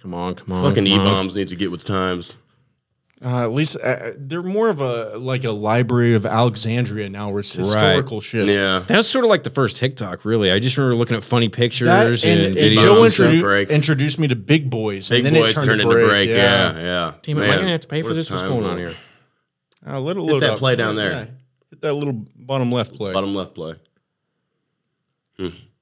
[SPEAKER 3] Come on, come on.
[SPEAKER 2] Fucking
[SPEAKER 3] come
[SPEAKER 2] E
[SPEAKER 3] on.
[SPEAKER 2] bombs needs to get with times.
[SPEAKER 1] Uh, at least uh, they're more of a like a Library of Alexandria now, where it's historical shit.
[SPEAKER 2] Yeah.
[SPEAKER 3] That was sort of like the first TikTok, really. I just remember looking at funny pictures
[SPEAKER 1] That and,
[SPEAKER 3] and,
[SPEAKER 1] and
[SPEAKER 3] videos.
[SPEAKER 1] Joe
[SPEAKER 3] [LAUGHS]
[SPEAKER 2] and stuff,
[SPEAKER 1] introdu-
[SPEAKER 2] break.
[SPEAKER 1] introduced me to Big Boys.
[SPEAKER 2] Big
[SPEAKER 1] and then
[SPEAKER 2] boys
[SPEAKER 1] it turned,
[SPEAKER 2] turned
[SPEAKER 1] to
[SPEAKER 2] into
[SPEAKER 1] break.
[SPEAKER 2] break. Yeah, yeah.
[SPEAKER 3] Damn, it, am I
[SPEAKER 2] Man,
[SPEAKER 3] gonna have to pay
[SPEAKER 2] what
[SPEAKER 3] for
[SPEAKER 2] a
[SPEAKER 3] this? What's
[SPEAKER 2] time
[SPEAKER 3] going on here?
[SPEAKER 1] Uh, let it load
[SPEAKER 2] that
[SPEAKER 1] up.
[SPEAKER 2] play down there.
[SPEAKER 1] Yeah. Hit that little bottom left play.
[SPEAKER 2] Bottom left play.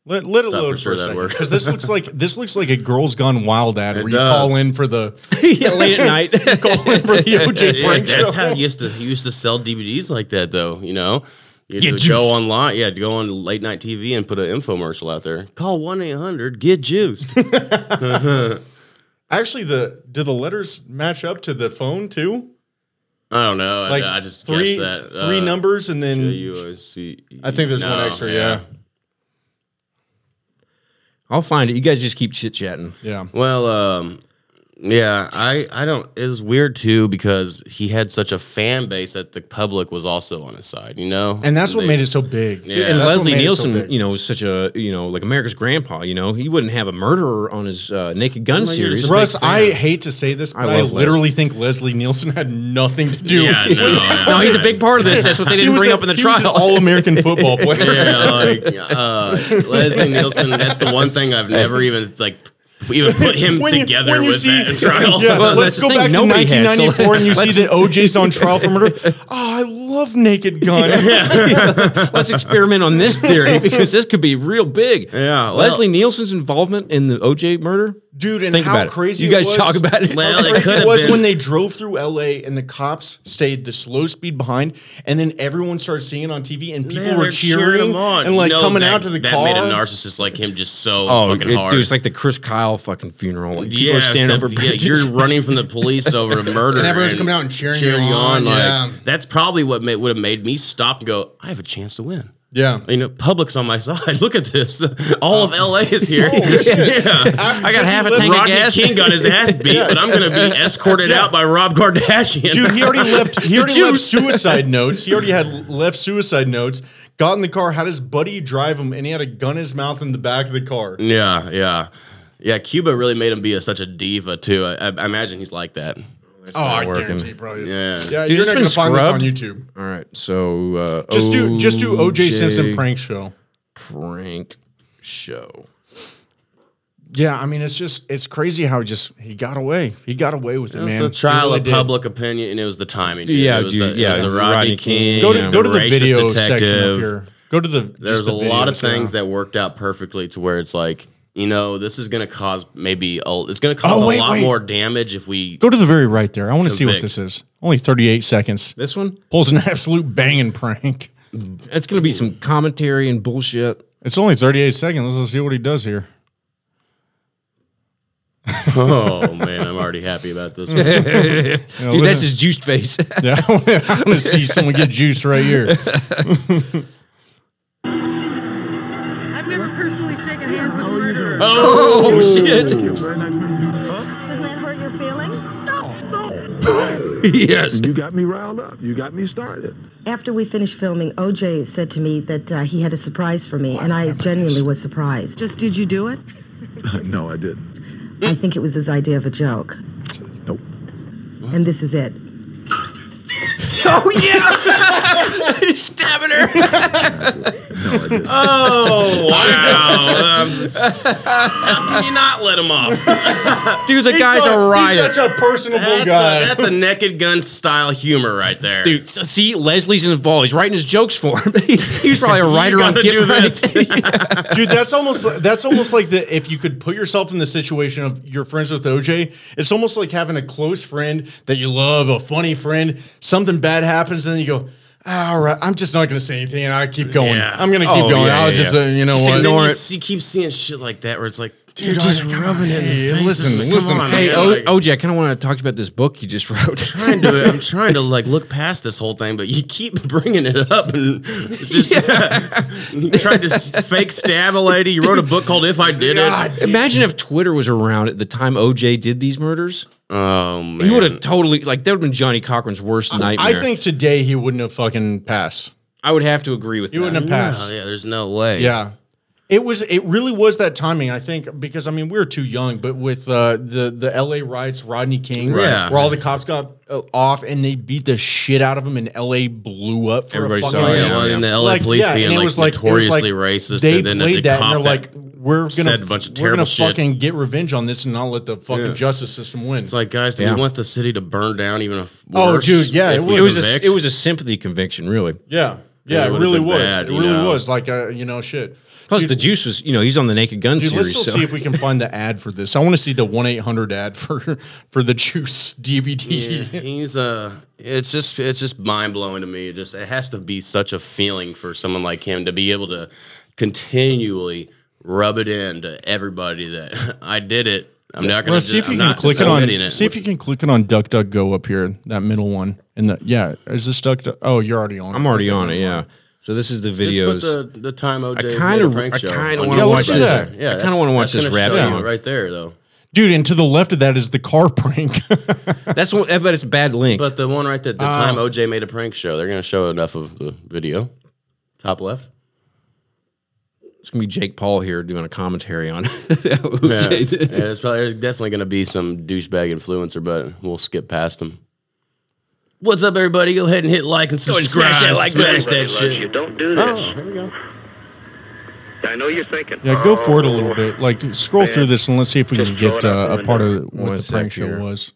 [SPEAKER 1] Let, let it
[SPEAKER 2] Thought for
[SPEAKER 1] load for,
[SPEAKER 2] sure
[SPEAKER 1] a
[SPEAKER 2] that'd
[SPEAKER 1] second
[SPEAKER 2] work.
[SPEAKER 1] because this looks
[SPEAKER 2] [LAUGHS]
[SPEAKER 1] like this looks like a Girls Gone Wild ad where you
[SPEAKER 2] does.
[SPEAKER 1] call in for the
[SPEAKER 2] [LAUGHS]
[SPEAKER 3] yeah, late at [LAUGHS] night.
[SPEAKER 1] call in for the OJ
[SPEAKER 2] Yeah,
[SPEAKER 1] prank
[SPEAKER 2] that's
[SPEAKER 1] show.
[SPEAKER 2] how he used to he used to sell DVDs like that though. You know, you had
[SPEAKER 3] Get
[SPEAKER 2] to go
[SPEAKER 3] juiced.
[SPEAKER 2] online, yeah, go on late night TV and put an infomercial out there. Call one eight hundred get juiced. [LAUGHS]
[SPEAKER 1] Actually, the do the letters match up to the phone too?
[SPEAKER 2] I don't know.
[SPEAKER 1] Like
[SPEAKER 2] I, I just
[SPEAKER 1] three
[SPEAKER 2] guessed that.
[SPEAKER 1] three
[SPEAKER 2] Uh,
[SPEAKER 1] numbers and then
[SPEAKER 2] J-U-I-C-E.
[SPEAKER 1] I think there's one
[SPEAKER 2] E. No,
[SPEAKER 1] extra. Yeah,
[SPEAKER 3] I'll find it. You guys just keep chit chatting.
[SPEAKER 1] yeah.
[SPEAKER 2] Well, um, yeah, I I don't. It was weird too because he had such a fan base that the public was also on his side. You know,
[SPEAKER 1] And that's what
[SPEAKER 2] They-
[SPEAKER 1] made it so big.
[SPEAKER 2] Yeah.
[SPEAKER 3] and
[SPEAKER 1] That's what
[SPEAKER 3] Leslie
[SPEAKER 1] made it so
[SPEAKER 3] Nielsen,
[SPEAKER 1] big.
[SPEAKER 3] you know, was such a you know like America's grandpa. You know, he wouldn't have a murderer on his uh, Naked Gun
[SPEAKER 2] you're
[SPEAKER 3] series.
[SPEAKER 2] just a
[SPEAKER 1] Russ,
[SPEAKER 2] big
[SPEAKER 1] I
[SPEAKER 2] fan.
[SPEAKER 1] hate to say this, but I,
[SPEAKER 3] love
[SPEAKER 1] literally think Leslie Nielsen had nothing to do.
[SPEAKER 2] Yeah,
[SPEAKER 1] with it.
[SPEAKER 2] no, yeah.
[SPEAKER 3] [LAUGHS]
[SPEAKER 2] [LAUGHS]
[SPEAKER 3] no, he's a big part of this. That's
[SPEAKER 1] [LAUGHS]
[SPEAKER 3] what they
[SPEAKER 1] He
[SPEAKER 3] didn't
[SPEAKER 1] was
[SPEAKER 3] bring
[SPEAKER 1] a-
[SPEAKER 3] up in the
[SPEAKER 1] he was an [LAUGHS]
[SPEAKER 3] trial.
[SPEAKER 1] All-American football player. [LAUGHS]
[SPEAKER 2] Yeah, like uh, Leslie Nielsen. That's the one thing I've never even like even put
[SPEAKER 1] [LAUGHS]
[SPEAKER 2] him
[SPEAKER 1] When you-
[SPEAKER 2] together
[SPEAKER 1] when you
[SPEAKER 2] with
[SPEAKER 1] see-
[SPEAKER 2] that
[SPEAKER 1] [LAUGHS]
[SPEAKER 2] trial.
[SPEAKER 1] Yeah,
[SPEAKER 3] Well,
[SPEAKER 1] let's
[SPEAKER 3] that's the
[SPEAKER 1] go
[SPEAKER 3] thing,
[SPEAKER 1] back to
[SPEAKER 3] nobody has, so
[SPEAKER 1] 1994 and you see [LAUGHS]
[SPEAKER 3] let's-
[SPEAKER 1] that OJ's on trial for murder. [LAUGHS] Oh, I love Naked [LAUGHS] Gun.
[SPEAKER 3] Let's experiment on this theory because this could be real big.
[SPEAKER 2] Yeah, well-
[SPEAKER 3] Leslie Nielsen's involvement in the OJ murder.
[SPEAKER 1] Dude, and
[SPEAKER 3] Think
[SPEAKER 1] how
[SPEAKER 3] about it.
[SPEAKER 1] crazy
[SPEAKER 3] You
[SPEAKER 1] it
[SPEAKER 3] guys
[SPEAKER 1] was-
[SPEAKER 3] talk about it.
[SPEAKER 2] [LAUGHS] Well, it
[SPEAKER 1] crazy
[SPEAKER 2] could
[SPEAKER 1] it
[SPEAKER 2] have
[SPEAKER 1] was
[SPEAKER 2] been.
[SPEAKER 1] when they drove through LA and the cops stayed the slow speed behind, and then everyone started seeing it on TV, and people
[SPEAKER 2] Yeah,
[SPEAKER 1] were
[SPEAKER 2] they're
[SPEAKER 1] cheering,
[SPEAKER 2] him on.
[SPEAKER 1] and like
[SPEAKER 2] You know,
[SPEAKER 1] coming
[SPEAKER 2] that-
[SPEAKER 1] out to the
[SPEAKER 2] that
[SPEAKER 1] car.
[SPEAKER 2] made a narcissist like him just so
[SPEAKER 3] oh,
[SPEAKER 2] fucking
[SPEAKER 3] it-
[SPEAKER 2] hard.
[SPEAKER 3] dude, it's like the Chris Kyle fucking funeral. Like, people
[SPEAKER 2] yeah,
[SPEAKER 3] are standing
[SPEAKER 2] except-
[SPEAKER 3] over
[SPEAKER 2] yeah,
[SPEAKER 3] bridges.
[SPEAKER 2] you're [LAUGHS] running from the police over a murder,
[SPEAKER 1] And everyone's coming out and cheering you
[SPEAKER 2] you
[SPEAKER 1] on,
[SPEAKER 2] Like
[SPEAKER 1] yeah.
[SPEAKER 2] that's probably what would have made me stop and go. I have a chance to win.
[SPEAKER 1] yeah.
[SPEAKER 2] You know, public's on my [LAUGHS] side. Look at this. [LAUGHS] All of LA is here. [LAUGHS] yeah.
[SPEAKER 3] I got half a tank of
[SPEAKER 2] Rodney
[SPEAKER 3] gas.
[SPEAKER 2] King got
[SPEAKER 1] [LAUGHS]
[SPEAKER 2] his ass beat, but I'm going to be escorted out by Rob Kardashian.
[SPEAKER 1] Dude, he already left. He already left
[SPEAKER 3] juice.
[SPEAKER 1] suicide notes. He already had left suicide notes. Got in the car, had his buddy drive him, and he had a gun in his mouth in the back of the car.
[SPEAKER 2] [LAUGHS] Yeah, yeah, yeah. Cuba really made him be a, such a diva too. I, I, I imagine he's like that.
[SPEAKER 1] Oh, I
[SPEAKER 3] working.
[SPEAKER 1] guarantee, bro. Yeah,
[SPEAKER 2] Yeah.
[SPEAKER 1] yeah
[SPEAKER 3] Dude,
[SPEAKER 1] you're not
[SPEAKER 3] it's been
[SPEAKER 1] gonna find this on
[SPEAKER 3] scrubbed.
[SPEAKER 1] YouTube.
[SPEAKER 3] All right, so uh,
[SPEAKER 1] Just do, just do OJ Simpson
[SPEAKER 3] OJ
[SPEAKER 1] prank show.
[SPEAKER 3] prank show.
[SPEAKER 1] Yeah, I mean, it's just it's crazy how just he got away. He got away with it,
[SPEAKER 2] It's
[SPEAKER 1] man.
[SPEAKER 2] a trial
[SPEAKER 1] He really
[SPEAKER 2] of
[SPEAKER 1] did.
[SPEAKER 2] public opinion, and it was the timing. dude.
[SPEAKER 3] Yeah,
[SPEAKER 2] it was
[SPEAKER 3] dude,
[SPEAKER 2] the,
[SPEAKER 3] yeah,
[SPEAKER 2] it was the Rodney, King.
[SPEAKER 1] Go to
[SPEAKER 3] Yeah.
[SPEAKER 1] go to the
[SPEAKER 2] Racist
[SPEAKER 1] video section
[SPEAKER 2] detective.
[SPEAKER 1] up here. Go to the. just
[SPEAKER 2] There's
[SPEAKER 1] the
[SPEAKER 2] a lot of
[SPEAKER 1] videos,
[SPEAKER 2] things
[SPEAKER 1] yeah.
[SPEAKER 2] that worked out perfectly to where it's like, you know, this is going to cause maybe a, it's going to
[SPEAKER 1] Oh,
[SPEAKER 2] cause
[SPEAKER 1] wait,
[SPEAKER 2] a lot
[SPEAKER 1] wait.
[SPEAKER 2] more damage if we. [LAUGHS]
[SPEAKER 1] Go to the very right there. I want to see what
[SPEAKER 2] Convict.
[SPEAKER 1] this is. Only 38 seconds.
[SPEAKER 3] This one,
[SPEAKER 1] Pulls an absolute banging prank.
[SPEAKER 3] it's gonna be some commentary and bullshit.
[SPEAKER 1] It's only 38 seconds. Let's see what he does here.
[SPEAKER 2] Oh man, I'm already happy about this. One.
[SPEAKER 1] You know,
[SPEAKER 3] Dude,
[SPEAKER 1] look
[SPEAKER 3] that's
[SPEAKER 1] at-
[SPEAKER 3] his juiced
[SPEAKER 2] [LAUGHS]
[SPEAKER 3] face.
[SPEAKER 1] [LAUGHS] yeah, I want to see someone get juiced right here.
[SPEAKER 4] I've never personally shaken hands with a murderer.
[SPEAKER 2] Oh shit!
[SPEAKER 5] Doesn't that hurt your feelings?
[SPEAKER 6] [LAUGHS]
[SPEAKER 2] Yes.
[SPEAKER 6] You got me riled up. You got me started.
[SPEAKER 5] After we finished filming, OJ said to me that uh, he had a surprise for me, and I genuinely was surprised. Just did you do it?
[SPEAKER 6] no, I didn't.
[SPEAKER 5] I think it was his idea of a joke.
[SPEAKER 6] Nope.
[SPEAKER 5] And this is it.
[SPEAKER 3] oh yeah, stabbing her.
[SPEAKER 6] No, I [LAUGHS] didn't.
[SPEAKER 2] Oh wow! Oh, Um, [LAUGHS] how can you not let him off?
[SPEAKER 3] Dude, the guy's a riot.
[SPEAKER 1] He's such a personable
[SPEAKER 2] That's a,
[SPEAKER 1] guy.
[SPEAKER 2] that's a naked gun style humor right there,
[SPEAKER 3] Dude, s- see, Leslie's involved. He's writing his jokes for him. [LAUGHS] he, he was probably a writer on
[SPEAKER 2] gotta
[SPEAKER 3] Get
[SPEAKER 2] do
[SPEAKER 3] Right.
[SPEAKER 2] this. [LAUGHS]
[SPEAKER 1] Dude, that's almost that's almost like the if you could put yourself in the situation of you're friends with OJ, it's almost like having a close friend that you love, a funny friend. Something bad happens, and then you go, "Ah, "All right, I'm just not going to say anything," and I keep going.
[SPEAKER 2] Yeah.
[SPEAKER 1] I'm going to keep
[SPEAKER 3] Oh,
[SPEAKER 1] going.
[SPEAKER 3] yeah,
[SPEAKER 1] I'll
[SPEAKER 3] yeah,
[SPEAKER 1] just,
[SPEAKER 3] yeah.
[SPEAKER 1] uh, you know
[SPEAKER 2] Just
[SPEAKER 1] what?
[SPEAKER 2] and then
[SPEAKER 1] Ignore
[SPEAKER 2] you
[SPEAKER 1] it.
[SPEAKER 2] see- keep seeing shit like that where it's like, dude,
[SPEAKER 1] Dude,
[SPEAKER 2] just
[SPEAKER 1] I-
[SPEAKER 2] rubbing it in
[SPEAKER 1] hey,
[SPEAKER 2] the face.
[SPEAKER 1] listen,
[SPEAKER 2] This is-
[SPEAKER 1] listen,
[SPEAKER 2] come on,
[SPEAKER 3] Hey,
[SPEAKER 2] man,
[SPEAKER 3] o-
[SPEAKER 2] like-
[SPEAKER 3] OJ, I kind of want to talk to you about this book you just wrote. [LAUGHS]
[SPEAKER 2] trying to oh, [LAUGHS] I'm trying to like look past this whole thing, but you keep [LAUGHS] bringing it up and just [LAUGHS] trying to s- fake stab a lady. You wrote a book called If I Did It.
[SPEAKER 3] Imagine if Twitter was around at the time OJ did these murders.
[SPEAKER 2] Oh
[SPEAKER 3] He would
[SPEAKER 2] man,
[SPEAKER 3] have totally like that would have been Johnny Cochran's worst nightmare.
[SPEAKER 1] I think today he wouldn't have fucking passed.
[SPEAKER 3] I would have to agree with
[SPEAKER 1] He
[SPEAKER 3] you. that.
[SPEAKER 1] wouldn't have
[SPEAKER 2] Oh,
[SPEAKER 1] passed.
[SPEAKER 2] yeah, there's no way.
[SPEAKER 1] Yeah. It was it really was that timing, I think, because I mean we were too young, but with uh, the the LA riots, Rodney King,
[SPEAKER 2] Right.
[SPEAKER 1] where all the cops got uh, off and they beat the shit out of him, and LA blew up. For
[SPEAKER 3] Everybody
[SPEAKER 1] a fucking
[SPEAKER 3] saw
[SPEAKER 2] Oh,
[SPEAKER 3] it,
[SPEAKER 2] yeah,
[SPEAKER 1] minute.
[SPEAKER 2] well,
[SPEAKER 3] yeah.
[SPEAKER 2] and the LA
[SPEAKER 1] Like,
[SPEAKER 2] police
[SPEAKER 1] yeah,
[SPEAKER 2] being
[SPEAKER 1] and it
[SPEAKER 2] like,
[SPEAKER 1] was like it was like
[SPEAKER 2] notoriously racist,
[SPEAKER 1] They
[SPEAKER 2] and then the
[SPEAKER 1] played that, and
[SPEAKER 2] cop
[SPEAKER 1] they're
[SPEAKER 2] that-
[SPEAKER 1] like, "We're gonna
[SPEAKER 2] said a bunch of
[SPEAKER 1] we're
[SPEAKER 2] terrible
[SPEAKER 1] gonna
[SPEAKER 2] shit."
[SPEAKER 1] fucking get revenge on this, and not let the fucking
[SPEAKER 2] Yeah.
[SPEAKER 1] justice system win."
[SPEAKER 2] It's like, guys, do
[SPEAKER 3] Yeah.
[SPEAKER 2] we want the city to burn down even if
[SPEAKER 1] Oh,
[SPEAKER 2] worse?
[SPEAKER 1] dude, yeah,
[SPEAKER 2] if
[SPEAKER 1] it
[SPEAKER 2] we
[SPEAKER 3] it was a,
[SPEAKER 2] evict?
[SPEAKER 3] it was a sympathy conviction, really.
[SPEAKER 1] yeah, yeah,
[SPEAKER 2] it
[SPEAKER 1] it,
[SPEAKER 2] would've
[SPEAKER 1] really
[SPEAKER 2] been
[SPEAKER 1] was.
[SPEAKER 2] bad,
[SPEAKER 1] it
[SPEAKER 2] you
[SPEAKER 1] really
[SPEAKER 2] know?
[SPEAKER 1] was like uh, you know shit.
[SPEAKER 3] Plus, the juice was you know he's on the Naked Gun
[SPEAKER 1] Dude, let's
[SPEAKER 3] series.
[SPEAKER 1] still
[SPEAKER 3] So.
[SPEAKER 1] see if we can find the ad for this. I want to see the one eight hundred ad for for the Juice DVD.
[SPEAKER 2] Yeah, [LAUGHS] he's uh it's just it's just mind blowing to me. It just it has to be such a feeling for someone like him to be able to continually rub it in to everybody that [LAUGHS] I did it. I'm not gonna
[SPEAKER 1] Well,
[SPEAKER 2] ju-
[SPEAKER 1] see if
[SPEAKER 2] I'm
[SPEAKER 1] you can
[SPEAKER 2] not
[SPEAKER 1] click it on.
[SPEAKER 2] admitting it.
[SPEAKER 1] See if you can click it on DuckDuckGo up here, that middle one. And the yeah, is this Duck? Oh, you're already on.
[SPEAKER 3] I'm already on it. Yeah. So this is the videos.
[SPEAKER 2] Just put the, the time OJ
[SPEAKER 3] I
[SPEAKER 2] did
[SPEAKER 3] kind
[SPEAKER 2] a
[SPEAKER 3] of,
[SPEAKER 2] prank
[SPEAKER 3] I
[SPEAKER 2] show
[SPEAKER 3] kind
[SPEAKER 2] on
[SPEAKER 3] of
[SPEAKER 1] Yeah,
[SPEAKER 3] want to
[SPEAKER 2] YouTube.
[SPEAKER 1] let's
[SPEAKER 3] watch
[SPEAKER 1] do
[SPEAKER 3] this.
[SPEAKER 1] that.
[SPEAKER 2] Yeah,
[SPEAKER 3] I kind
[SPEAKER 2] that's-
[SPEAKER 3] of want to watch
[SPEAKER 2] that's
[SPEAKER 3] this
[SPEAKER 2] gonna
[SPEAKER 3] rap
[SPEAKER 2] show you
[SPEAKER 3] song.
[SPEAKER 2] right there though.
[SPEAKER 1] dude. And to the left of that is the car prank. [LAUGHS]
[SPEAKER 3] That's one, but it's a bad link.
[SPEAKER 2] But the one right there,
[SPEAKER 1] Uh,
[SPEAKER 2] the time OJ made a prank show, they're gonna show enough of the video. Top left.
[SPEAKER 3] It's gonna be Jake Paul here doing a commentary on. [LAUGHS]
[SPEAKER 2] Yeah,
[SPEAKER 3] okay. [LAUGHS]
[SPEAKER 2] yeah there's probably there's definitely going to be some douchebag influencer, but we'll skip past them. What's up, everybody? Go ahead and hit like and
[SPEAKER 3] ahead and
[SPEAKER 2] subscribe.
[SPEAKER 3] smash that like button.
[SPEAKER 2] smash that
[SPEAKER 7] You
[SPEAKER 2] shit.
[SPEAKER 7] don't do this.
[SPEAKER 2] Oh, here we go.
[SPEAKER 7] I know you're thinking. "Oh,
[SPEAKER 1] yeah, go forward a little bit. Like scroll through this and let's see if we can
[SPEAKER 7] Just throw
[SPEAKER 1] get
[SPEAKER 7] it out
[SPEAKER 1] uh,
[SPEAKER 7] the
[SPEAKER 1] a part
[SPEAKER 7] window.
[SPEAKER 1] of
[SPEAKER 3] One
[SPEAKER 1] what the
[SPEAKER 3] sec
[SPEAKER 1] prank show
[SPEAKER 3] here.
[SPEAKER 1] was.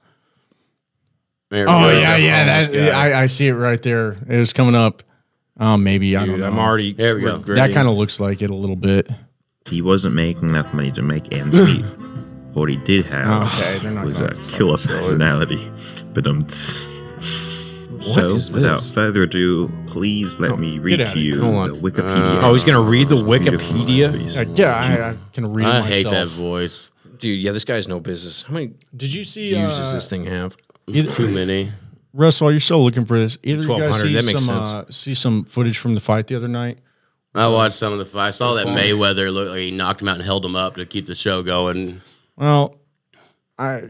[SPEAKER 2] There we
[SPEAKER 1] Oh
[SPEAKER 2] go.
[SPEAKER 1] yeah, yeah,
[SPEAKER 2] Almost
[SPEAKER 1] that,
[SPEAKER 2] got it.
[SPEAKER 1] I, I see it right there. It was coming up. Oh, maybe I don't know.
[SPEAKER 3] I'm already.
[SPEAKER 2] There we go.
[SPEAKER 1] that kind of looks like it a little bit.
[SPEAKER 8] he wasn't making enough money to make
[SPEAKER 1] [LAUGHS]
[SPEAKER 8] ends meet. what he did have
[SPEAKER 1] Oh, Okay, they're not
[SPEAKER 8] was
[SPEAKER 1] gonna
[SPEAKER 8] a killer personality. But um, so
[SPEAKER 3] is
[SPEAKER 8] without
[SPEAKER 3] this?
[SPEAKER 8] further ado, please let me read
[SPEAKER 1] out of
[SPEAKER 8] to
[SPEAKER 1] Oh, here.
[SPEAKER 8] you
[SPEAKER 3] Hold on.
[SPEAKER 8] the Wikipedia.
[SPEAKER 3] Oh, he's gonna read the
[SPEAKER 8] of beautiful
[SPEAKER 3] Wikipedia?
[SPEAKER 8] masterpiece.
[SPEAKER 1] Uh, yeah, I, I can read.
[SPEAKER 2] I
[SPEAKER 1] myself.
[SPEAKER 2] hate that voice.
[SPEAKER 3] dude. Yeah, this guy's no business. How many
[SPEAKER 1] Did you see?
[SPEAKER 3] views
[SPEAKER 1] uh,
[SPEAKER 3] does this thing have?
[SPEAKER 2] Too many.
[SPEAKER 1] Russell, you're still looking for this. Either you guys
[SPEAKER 3] 1200,
[SPEAKER 1] see
[SPEAKER 3] that makes
[SPEAKER 1] some uh, see some footage from the fight the other night.
[SPEAKER 2] I watched some of the fight. I saw that Mayweather look like he knocked him out and held him up to keep the show going.
[SPEAKER 1] Well, I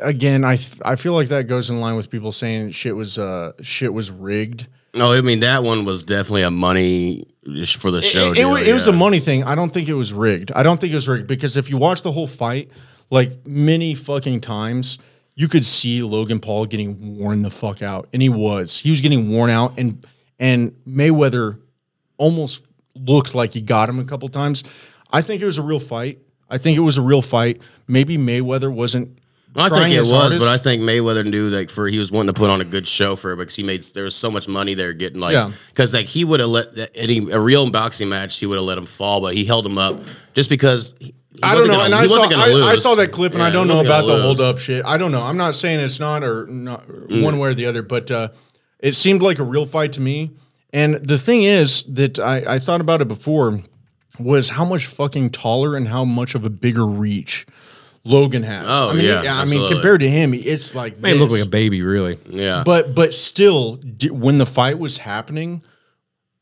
[SPEAKER 1] again, I th- I feel like that goes in line with people saying shit was uh shit was rigged.
[SPEAKER 2] No, I mean that one was definitely a money sh- for the show.
[SPEAKER 1] it, it
[SPEAKER 2] deal,
[SPEAKER 1] wa- it was a
[SPEAKER 2] yeah.
[SPEAKER 1] money thing. I don't think it was rigged. I don't think it was rigged because if you watch the whole fight, like many fucking times, you could see Logan Paul getting worn the fuck out, and he was. He was getting worn out, and and Mayweather almost looked like he got him a couple times. I think it was a real fight. I think it was a real fight. Maybe Mayweather wasn't.
[SPEAKER 2] I
[SPEAKER 1] trying
[SPEAKER 2] think it
[SPEAKER 1] his
[SPEAKER 2] was, but I
[SPEAKER 1] hardest.
[SPEAKER 2] think Mayweather knew like for he was wanting to put on a good show for her because he made there was so much money there getting
[SPEAKER 1] Yeah.
[SPEAKER 2] like because like he would have let that- any a real boxing match he would have let him fall, but he held him up just because. He, he
[SPEAKER 1] I don't
[SPEAKER 2] wasn't
[SPEAKER 1] know,
[SPEAKER 2] gonna-
[SPEAKER 1] and
[SPEAKER 2] he
[SPEAKER 1] I saw
[SPEAKER 2] wasn't gonna
[SPEAKER 1] I, I
[SPEAKER 2] lose.
[SPEAKER 1] saw that clip, and
[SPEAKER 2] Yeah,
[SPEAKER 1] I don't
[SPEAKER 2] he
[SPEAKER 1] know
[SPEAKER 2] wasn't
[SPEAKER 1] about
[SPEAKER 2] gonna
[SPEAKER 1] the
[SPEAKER 2] lose. Mm.
[SPEAKER 1] hold up shit. I don't know. I'm not saying it's not or not one way or the other, but uh, it seemed like a real fight to me. And the thing is that I, I thought about it before was how much fucking taller and how much of a bigger reach Logan has.
[SPEAKER 2] Oh,
[SPEAKER 1] I mean,
[SPEAKER 2] yeah,
[SPEAKER 1] I mean,
[SPEAKER 2] absolutely.
[SPEAKER 1] compared to him, it's like
[SPEAKER 3] Man,
[SPEAKER 1] this.
[SPEAKER 3] look like a baby, really.
[SPEAKER 2] Yeah, but
[SPEAKER 1] But but still, d- when the fight was happening,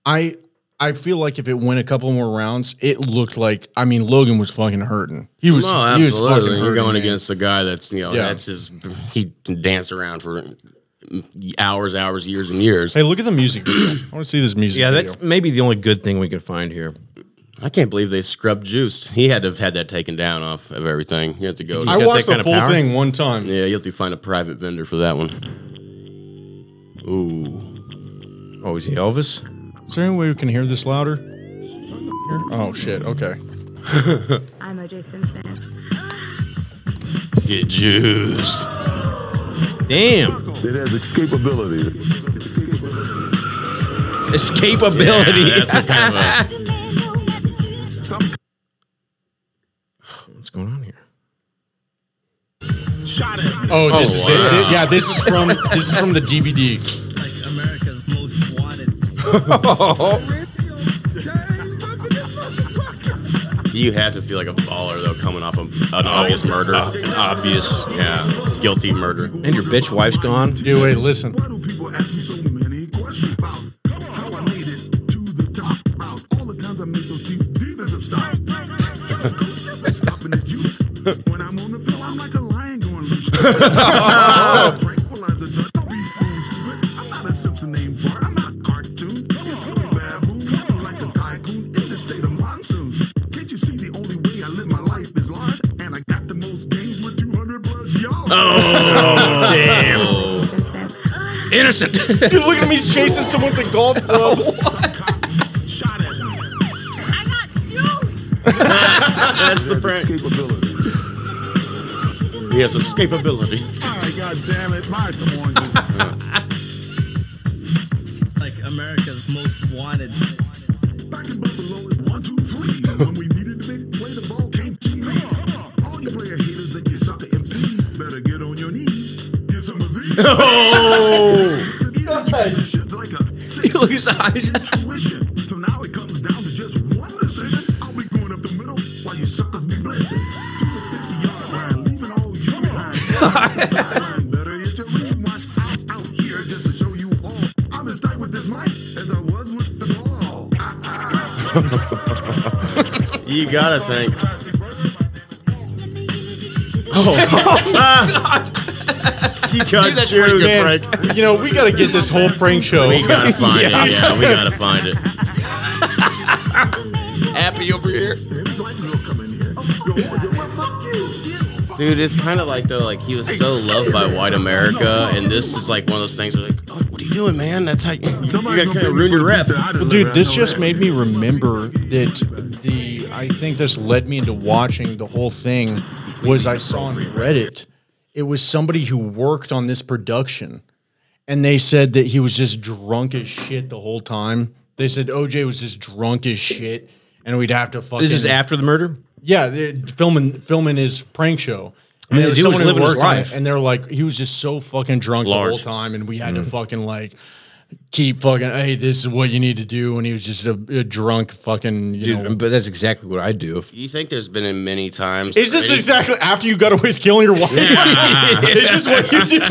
[SPEAKER 1] I I feel like if it went a couple more rounds, it looked like I mean Logan was fucking hurting. He was
[SPEAKER 2] no,
[SPEAKER 1] he was fucking
[SPEAKER 2] absolutely. You're
[SPEAKER 1] hurting,
[SPEAKER 2] going
[SPEAKER 1] man.
[SPEAKER 2] against a guy that's you know
[SPEAKER 1] Yeah.
[SPEAKER 2] that's his he can dance around for hours, hours, years, and years.
[SPEAKER 1] Hey, look at the music. video. I want to see this music.
[SPEAKER 3] Yeah,
[SPEAKER 1] video.
[SPEAKER 3] that's maybe the only good thing we can find here.
[SPEAKER 2] I can't believe they scrubbed Juice. He had to have had that taken down off of everything. You have to go.
[SPEAKER 1] I
[SPEAKER 3] got
[SPEAKER 1] watched
[SPEAKER 3] that kind
[SPEAKER 1] the
[SPEAKER 3] of
[SPEAKER 1] full
[SPEAKER 3] power?
[SPEAKER 1] thing one time.
[SPEAKER 2] Yeah, you have to find a private vendor for that one. Ooh.
[SPEAKER 3] Oh, is he Elvis?
[SPEAKER 1] Is there any way we can hear this louder? Here? Oh shit. Okay.
[SPEAKER 9] I'm OJ Simpson.
[SPEAKER 2] Get juiced.
[SPEAKER 3] Damn.
[SPEAKER 6] It has escapability.
[SPEAKER 3] Escapability.
[SPEAKER 2] Yeah,
[SPEAKER 3] [LAUGHS]
[SPEAKER 2] that's a kind of
[SPEAKER 3] What's going on here?
[SPEAKER 1] Oh, this is
[SPEAKER 2] wow.
[SPEAKER 1] it. This- yeah, this is from this is from the DVD.
[SPEAKER 2] a, you have to feel like a baller though, coming off a, an obvious murder,
[SPEAKER 3] An obvious.
[SPEAKER 2] yeah, guilty murder.
[SPEAKER 3] And your bitch wife's gone.
[SPEAKER 1] Dude, wait, listen.
[SPEAKER 6] Why do people ask me so many questions about how I made it to the top? About all the times I made those deep defensive stops. Stopping the juice. When I'm on the field, I'm like a lion going loose. Tranquilizer drug. Don't be fooled, stupid. I'm not a Simpson named Bart. I'm not a cartoon. You're silly baboon. I'm like a tycoon in the state of monsoons. Can't you see the only way I live my life is large? And I got the most games with 200 plus yards.
[SPEAKER 2] Damn.
[SPEAKER 3] Innocent.
[SPEAKER 1] Dude, look at him. He's chasing someone with a golf club.
[SPEAKER 6] Shot at me.
[SPEAKER 4] I got you!
[SPEAKER 2] That's the prank.
[SPEAKER 6] Escapability.
[SPEAKER 2] He has escapability.
[SPEAKER 6] All right, God damn it, my oranges.
[SPEAKER 10] like America's most wanted.
[SPEAKER 6] Back in Buffalo, it's one, two, three. [LAUGHS] When we needed to make play, the ball came to me. All you player haters and you suck the MC. Better get on your knees. Get some of these.
[SPEAKER 2] Oh.
[SPEAKER 6] It's an easy transition, like a [LAUGHS]
[SPEAKER 3] [LAUGHS]
[SPEAKER 6] six.
[SPEAKER 3] Look at his eyes.
[SPEAKER 6] Intuition. So now it comes down to just one decision. I'll be going up the middle while you suckers be blessed. To the 50 yard line, leaving all you behind. Down the sideline, Better hit your rim, watch out, out here just to show you all. I'm as tight with this mic as I was with the ball. Ah, ah.
[SPEAKER 2] You gotta think. [LAUGHS] He got
[SPEAKER 3] that's
[SPEAKER 2] you,
[SPEAKER 3] pretty
[SPEAKER 2] the
[SPEAKER 1] Man,
[SPEAKER 2] prank.
[SPEAKER 1] you know, we gotta get this whole prank show.
[SPEAKER 2] We
[SPEAKER 6] [LAUGHS]
[SPEAKER 2] gotta find it. Yeah, we gotta find it.
[SPEAKER 3] Happy over here.
[SPEAKER 6] It's like you come in here. Yo, yo, well, fuck you.
[SPEAKER 2] Dude, it's kind of like though, like he was so loved by white America, and this is like one of those things where like, oh, what are you doing, man? That's how you, you
[SPEAKER 6] Somebody's
[SPEAKER 2] got
[SPEAKER 6] gonna
[SPEAKER 2] kind
[SPEAKER 6] pay
[SPEAKER 2] of
[SPEAKER 6] me
[SPEAKER 2] ruined
[SPEAKER 6] for
[SPEAKER 2] your
[SPEAKER 6] the
[SPEAKER 2] rep.
[SPEAKER 6] pizza. I deliver,
[SPEAKER 1] Dude,
[SPEAKER 6] I
[SPEAKER 1] this
[SPEAKER 6] know
[SPEAKER 1] just
[SPEAKER 6] that.
[SPEAKER 1] made me remember that the I think this led me into watching the whole thing was I saw on Reddit it was somebody who worked on this production and they said that he was just drunk as shit the whole time. They said OJ was just drunk as shit and we'd have to fucking
[SPEAKER 3] This is after the murder.
[SPEAKER 1] Yeah, they- filming filming his prank show.
[SPEAKER 3] I mean,
[SPEAKER 1] And there
[SPEAKER 3] the dude was
[SPEAKER 1] someone who
[SPEAKER 3] living his
[SPEAKER 1] worked on it,
[SPEAKER 3] life.
[SPEAKER 1] and they're like, he was just so fucking drunk the whole
[SPEAKER 2] Large. Mm-hmm.
[SPEAKER 1] time, and we had to fucking like keep fucking. Hey, this is what you need to do, and he was just a, a drunk fucking. You
[SPEAKER 2] [LAUGHS]
[SPEAKER 3] Dude,
[SPEAKER 1] know.
[SPEAKER 3] but that's exactly what I do.
[SPEAKER 2] You think there's been in many times?
[SPEAKER 1] Is this exactly after you got away with killing your wife? [LAUGHS] is this what you do?
[SPEAKER 2] [LAUGHS]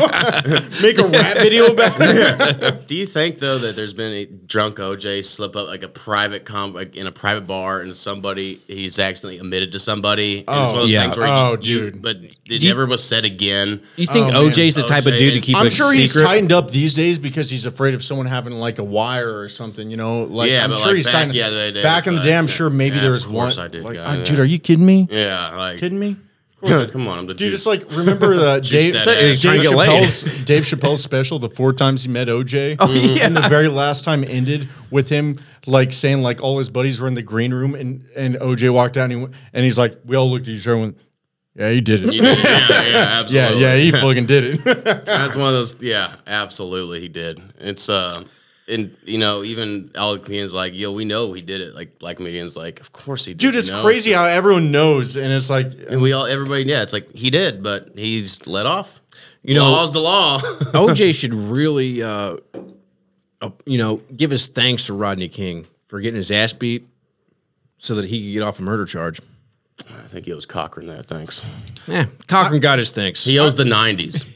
[SPEAKER 1] Make a rap video about it?
[SPEAKER 2] Do you think though that there's been a drunk OJ slip up like a private com like in a private bar and somebody he's accidentally admitted to somebody? And it's one of those
[SPEAKER 3] yeah.
[SPEAKER 2] things where you-
[SPEAKER 1] Oh,
[SPEAKER 2] you,
[SPEAKER 1] dude.
[SPEAKER 2] but it never was said again.
[SPEAKER 3] You think
[SPEAKER 1] Oh, man.
[SPEAKER 3] OJ's the type of
[SPEAKER 2] OJ.
[SPEAKER 3] dude to keep
[SPEAKER 1] I'm
[SPEAKER 3] a
[SPEAKER 1] sure he's
[SPEAKER 3] secret? [LAUGHS]
[SPEAKER 1] tightened up these days because he's afraid of someone having like a wire or something. You know, like
[SPEAKER 2] Yeah,
[SPEAKER 1] I'm
[SPEAKER 2] but,
[SPEAKER 1] sure
[SPEAKER 2] like,
[SPEAKER 1] he's
[SPEAKER 2] back-
[SPEAKER 1] tightened.
[SPEAKER 2] yeah, they- they
[SPEAKER 1] back
[SPEAKER 2] was
[SPEAKER 1] in the
[SPEAKER 2] like,
[SPEAKER 1] day, I'm sure maybe
[SPEAKER 2] yeah,
[SPEAKER 1] there
[SPEAKER 2] of
[SPEAKER 1] was one.
[SPEAKER 2] course I did,
[SPEAKER 1] like,
[SPEAKER 2] yeah,
[SPEAKER 1] ah,
[SPEAKER 2] yeah.
[SPEAKER 1] dude, are you kidding me?
[SPEAKER 2] Yeah, like
[SPEAKER 1] Kidding me? [LAUGHS]
[SPEAKER 2] come on, I'm the
[SPEAKER 1] Dude,
[SPEAKER 2] juice.
[SPEAKER 1] it's like remember the [LAUGHS] Dave,
[SPEAKER 2] that
[SPEAKER 1] Dave,
[SPEAKER 2] ass. Trying
[SPEAKER 3] to get laid.
[SPEAKER 1] Chappelle's, [LAUGHS] Dave Chappelle's special, the four times he met OJ, and the very last time ended with him like saying like all his buddies were in the green room, and and OJ walked out and he went, and he's like, we all looked at each other and went, yeah, he did it,
[SPEAKER 2] You did- [LAUGHS] yeah, yeah,
[SPEAKER 1] [LAUGHS] yeah,
[SPEAKER 2] absolutely.
[SPEAKER 1] yeah, he fucking did it.
[SPEAKER 2] That's one of those. Yeah, absolutely, he did. It's uh, and you know, even all the comedians like, yo, we know he did it. Like black comedians, like, of course he did.
[SPEAKER 1] [LAUGHS] Dude, it's
[SPEAKER 2] you know?
[SPEAKER 1] crazy how everyone knows, and it's like,
[SPEAKER 2] And we all, everybody, yeah, it's like he did, but he's let off.
[SPEAKER 3] You know-
[SPEAKER 2] law's the law. [LAUGHS]
[SPEAKER 3] OJ should really, uh, uh, you know, give his thanks to Rodney King for getting his ass beat so that he could get off a murder charge.
[SPEAKER 2] I think he was Cochran there. Thanks.
[SPEAKER 3] Yeah, Cochran Eh, got his thanks.
[SPEAKER 2] He owes
[SPEAKER 1] [LAUGHS]
[SPEAKER 2] the '90s.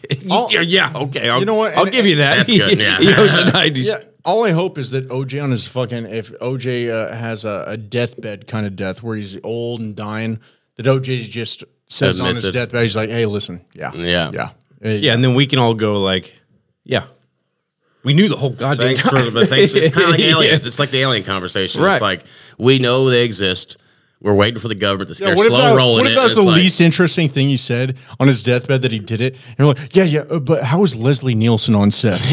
[SPEAKER 3] yeah, yeah, okay. I'll,
[SPEAKER 1] You know what?
[SPEAKER 3] I'll
[SPEAKER 1] And-
[SPEAKER 3] give [LAUGHS] you that.
[SPEAKER 2] That's good, yeah.
[SPEAKER 3] he owes the 90s.
[SPEAKER 1] yeah. All I hope is that OJ on his fucking if OJ uh, has a, a deathbed kind of death where he's old and dying, that OJ just says on
[SPEAKER 2] Admits
[SPEAKER 1] his
[SPEAKER 2] it.
[SPEAKER 1] deathbed, he's like, hey, listen, yeah,
[SPEAKER 2] Yeah.
[SPEAKER 1] yeah,
[SPEAKER 3] Yeah, and then we can all go like, yeah, we knew the whole goddamn
[SPEAKER 2] Thanks for
[SPEAKER 3] [LAUGHS] time.
[SPEAKER 1] [LAUGHS]
[SPEAKER 2] the thanks. It's kind of like aliens.
[SPEAKER 3] Yeah.
[SPEAKER 2] It's like the alien conversation.
[SPEAKER 3] Right.
[SPEAKER 2] It's like we know they exist. We're waiting for the government to
[SPEAKER 1] Yeah,
[SPEAKER 2] start
[SPEAKER 1] what if
[SPEAKER 2] slow
[SPEAKER 1] that-
[SPEAKER 2] rolling
[SPEAKER 1] what if
[SPEAKER 2] it.
[SPEAKER 1] that's
[SPEAKER 2] and
[SPEAKER 1] the
[SPEAKER 2] it's like-
[SPEAKER 1] least interesting thing you said on his deathbed that he did it? And you're like, yeah, yeah, uh, but how was Leslie Nielsen on
[SPEAKER 2] [LAUGHS]
[SPEAKER 1] set?
[SPEAKER 3] Was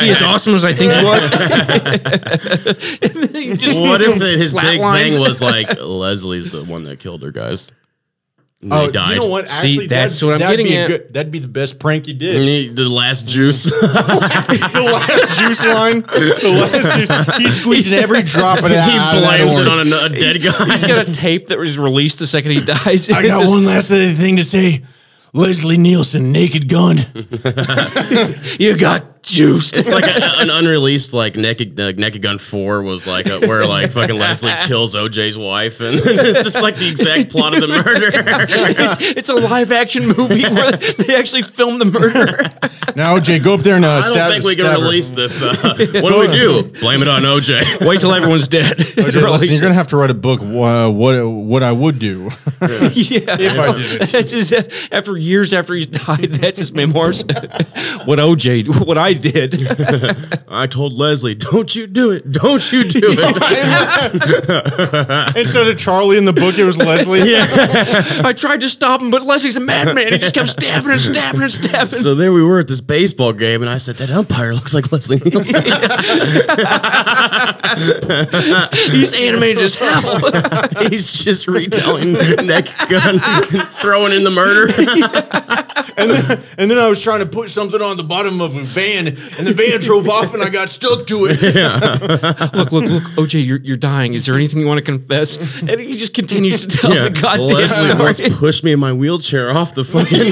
[SPEAKER 3] he as awesome as I think he was?
[SPEAKER 2] [LAUGHS]
[SPEAKER 3] [LAUGHS]
[SPEAKER 2] what if the- his big
[SPEAKER 3] Flatlines.
[SPEAKER 2] thing
[SPEAKER 1] [LAUGHS]
[SPEAKER 2] was like Leslie's the one that killed her guys? And
[SPEAKER 1] Oh,
[SPEAKER 2] they died.
[SPEAKER 1] you know what?
[SPEAKER 3] See,
[SPEAKER 1] Actually,
[SPEAKER 3] that's
[SPEAKER 1] that'd-
[SPEAKER 3] what I'm
[SPEAKER 1] that'd
[SPEAKER 3] getting
[SPEAKER 1] be a
[SPEAKER 3] at.
[SPEAKER 1] Good, that'd be the best prank you
[SPEAKER 2] [LAUGHS]
[SPEAKER 1] did.
[SPEAKER 2] Ne- The last
[SPEAKER 1] [LAUGHS]
[SPEAKER 2] juice.
[SPEAKER 1] the last juice line, the last juice, he's squeezing every drop of that. out
[SPEAKER 2] [LAUGHS] he
[SPEAKER 1] of that
[SPEAKER 2] blames it
[SPEAKER 1] orange.
[SPEAKER 2] on a, a dead guy.
[SPEAKER 3] He's got a tape that was released the second he [LAUGHS] dies.
[SPEAKER 1] I got one last other thing to say. Leslie Nielsen, Naked Gun.
[SPEAKER 3] [LAUGHS] You got juiced.
[SPEAKER 2] It's like a, an unreleased like Naked uh, Naked Gun Four was like a, where like fucking Leslie kills OJ's wife, and [LAUGHS] it's just like the exact plot of the murder.
[SPEAKER 3] it's, it's a live action movie where [LAUGHS] they actually filmed the murder.
[SPEAKER 1] [LAUGHS] Now, OJ, go up there and uh,
[SPEAKER 2] I don't
[SPEAKER 1] stab,
[SPEAKER 2] think we
[SPEAKER 1] stab
[SPEAKER 2] can
[SPEAKER 1] her.
[SPEAKER 2] release this. Uh, what do we do? Blame it on OJ.
[SPEAKER 3] Wait till everyone's [LAUGHS]
[SPEAKER 2] [LAUGHS]
[SPEAKER 3] dead.
[SPEAKER 1] OJ, listen, you're gonna have to write a book. Uh, what what I would do? [LAUGHS]
[SPEAKER 2] [LAUGHS]
[SPEAKER 3] yeah. If I did it. [LAUGHS] That's his, after years after he's died, that's his memoirs. [LAUGHS] what OJ, what I did.
[SPEAKER 2] I told Leslie, [LAUGHS] "Don't you do it? Don't you do
[SPEAKER 3] [LAUGHS]
[SPEAKER 2] it?"
[SPEAKER 1] Instead of Charlie in the book, it was
[SPEAKER 2] [LAUGHS]
[SPEAKER 1] Leslie.
[SPEAKER 3] I tried to stop him, but Leslie's a madman. He just kept stabbing and stabbing and stabbing.
[SPEAKER 2] so there we were at this baseball game, and I said, "That umpire looks like Leslie Nielsen."
[SPEAKER 3] He's animated as [LAUGHS] hell.
[SPEAKER 2] He's just retelling Naked Gun, throwing in the murder.
[SPEAKER 1] And then I was trying to put something on the bottom of a van, and the van drove off, and I got stuck to
[SPEAKER 2] [LAUGHS]
[SPEAKER 1] it.
[SPEAKER 3] look, look, look, OJ, you're, you're dying. Is there anything you want to confess? And he just continues to
[SPEAKER 2] [LAUGHS]
[SPEAKER 3] tell the goddamn
[SPEAKER 2] Leslie
[SPEAKER 3] story.
[SPEAKER 2] once pushed me in my wheelchair off the fucking.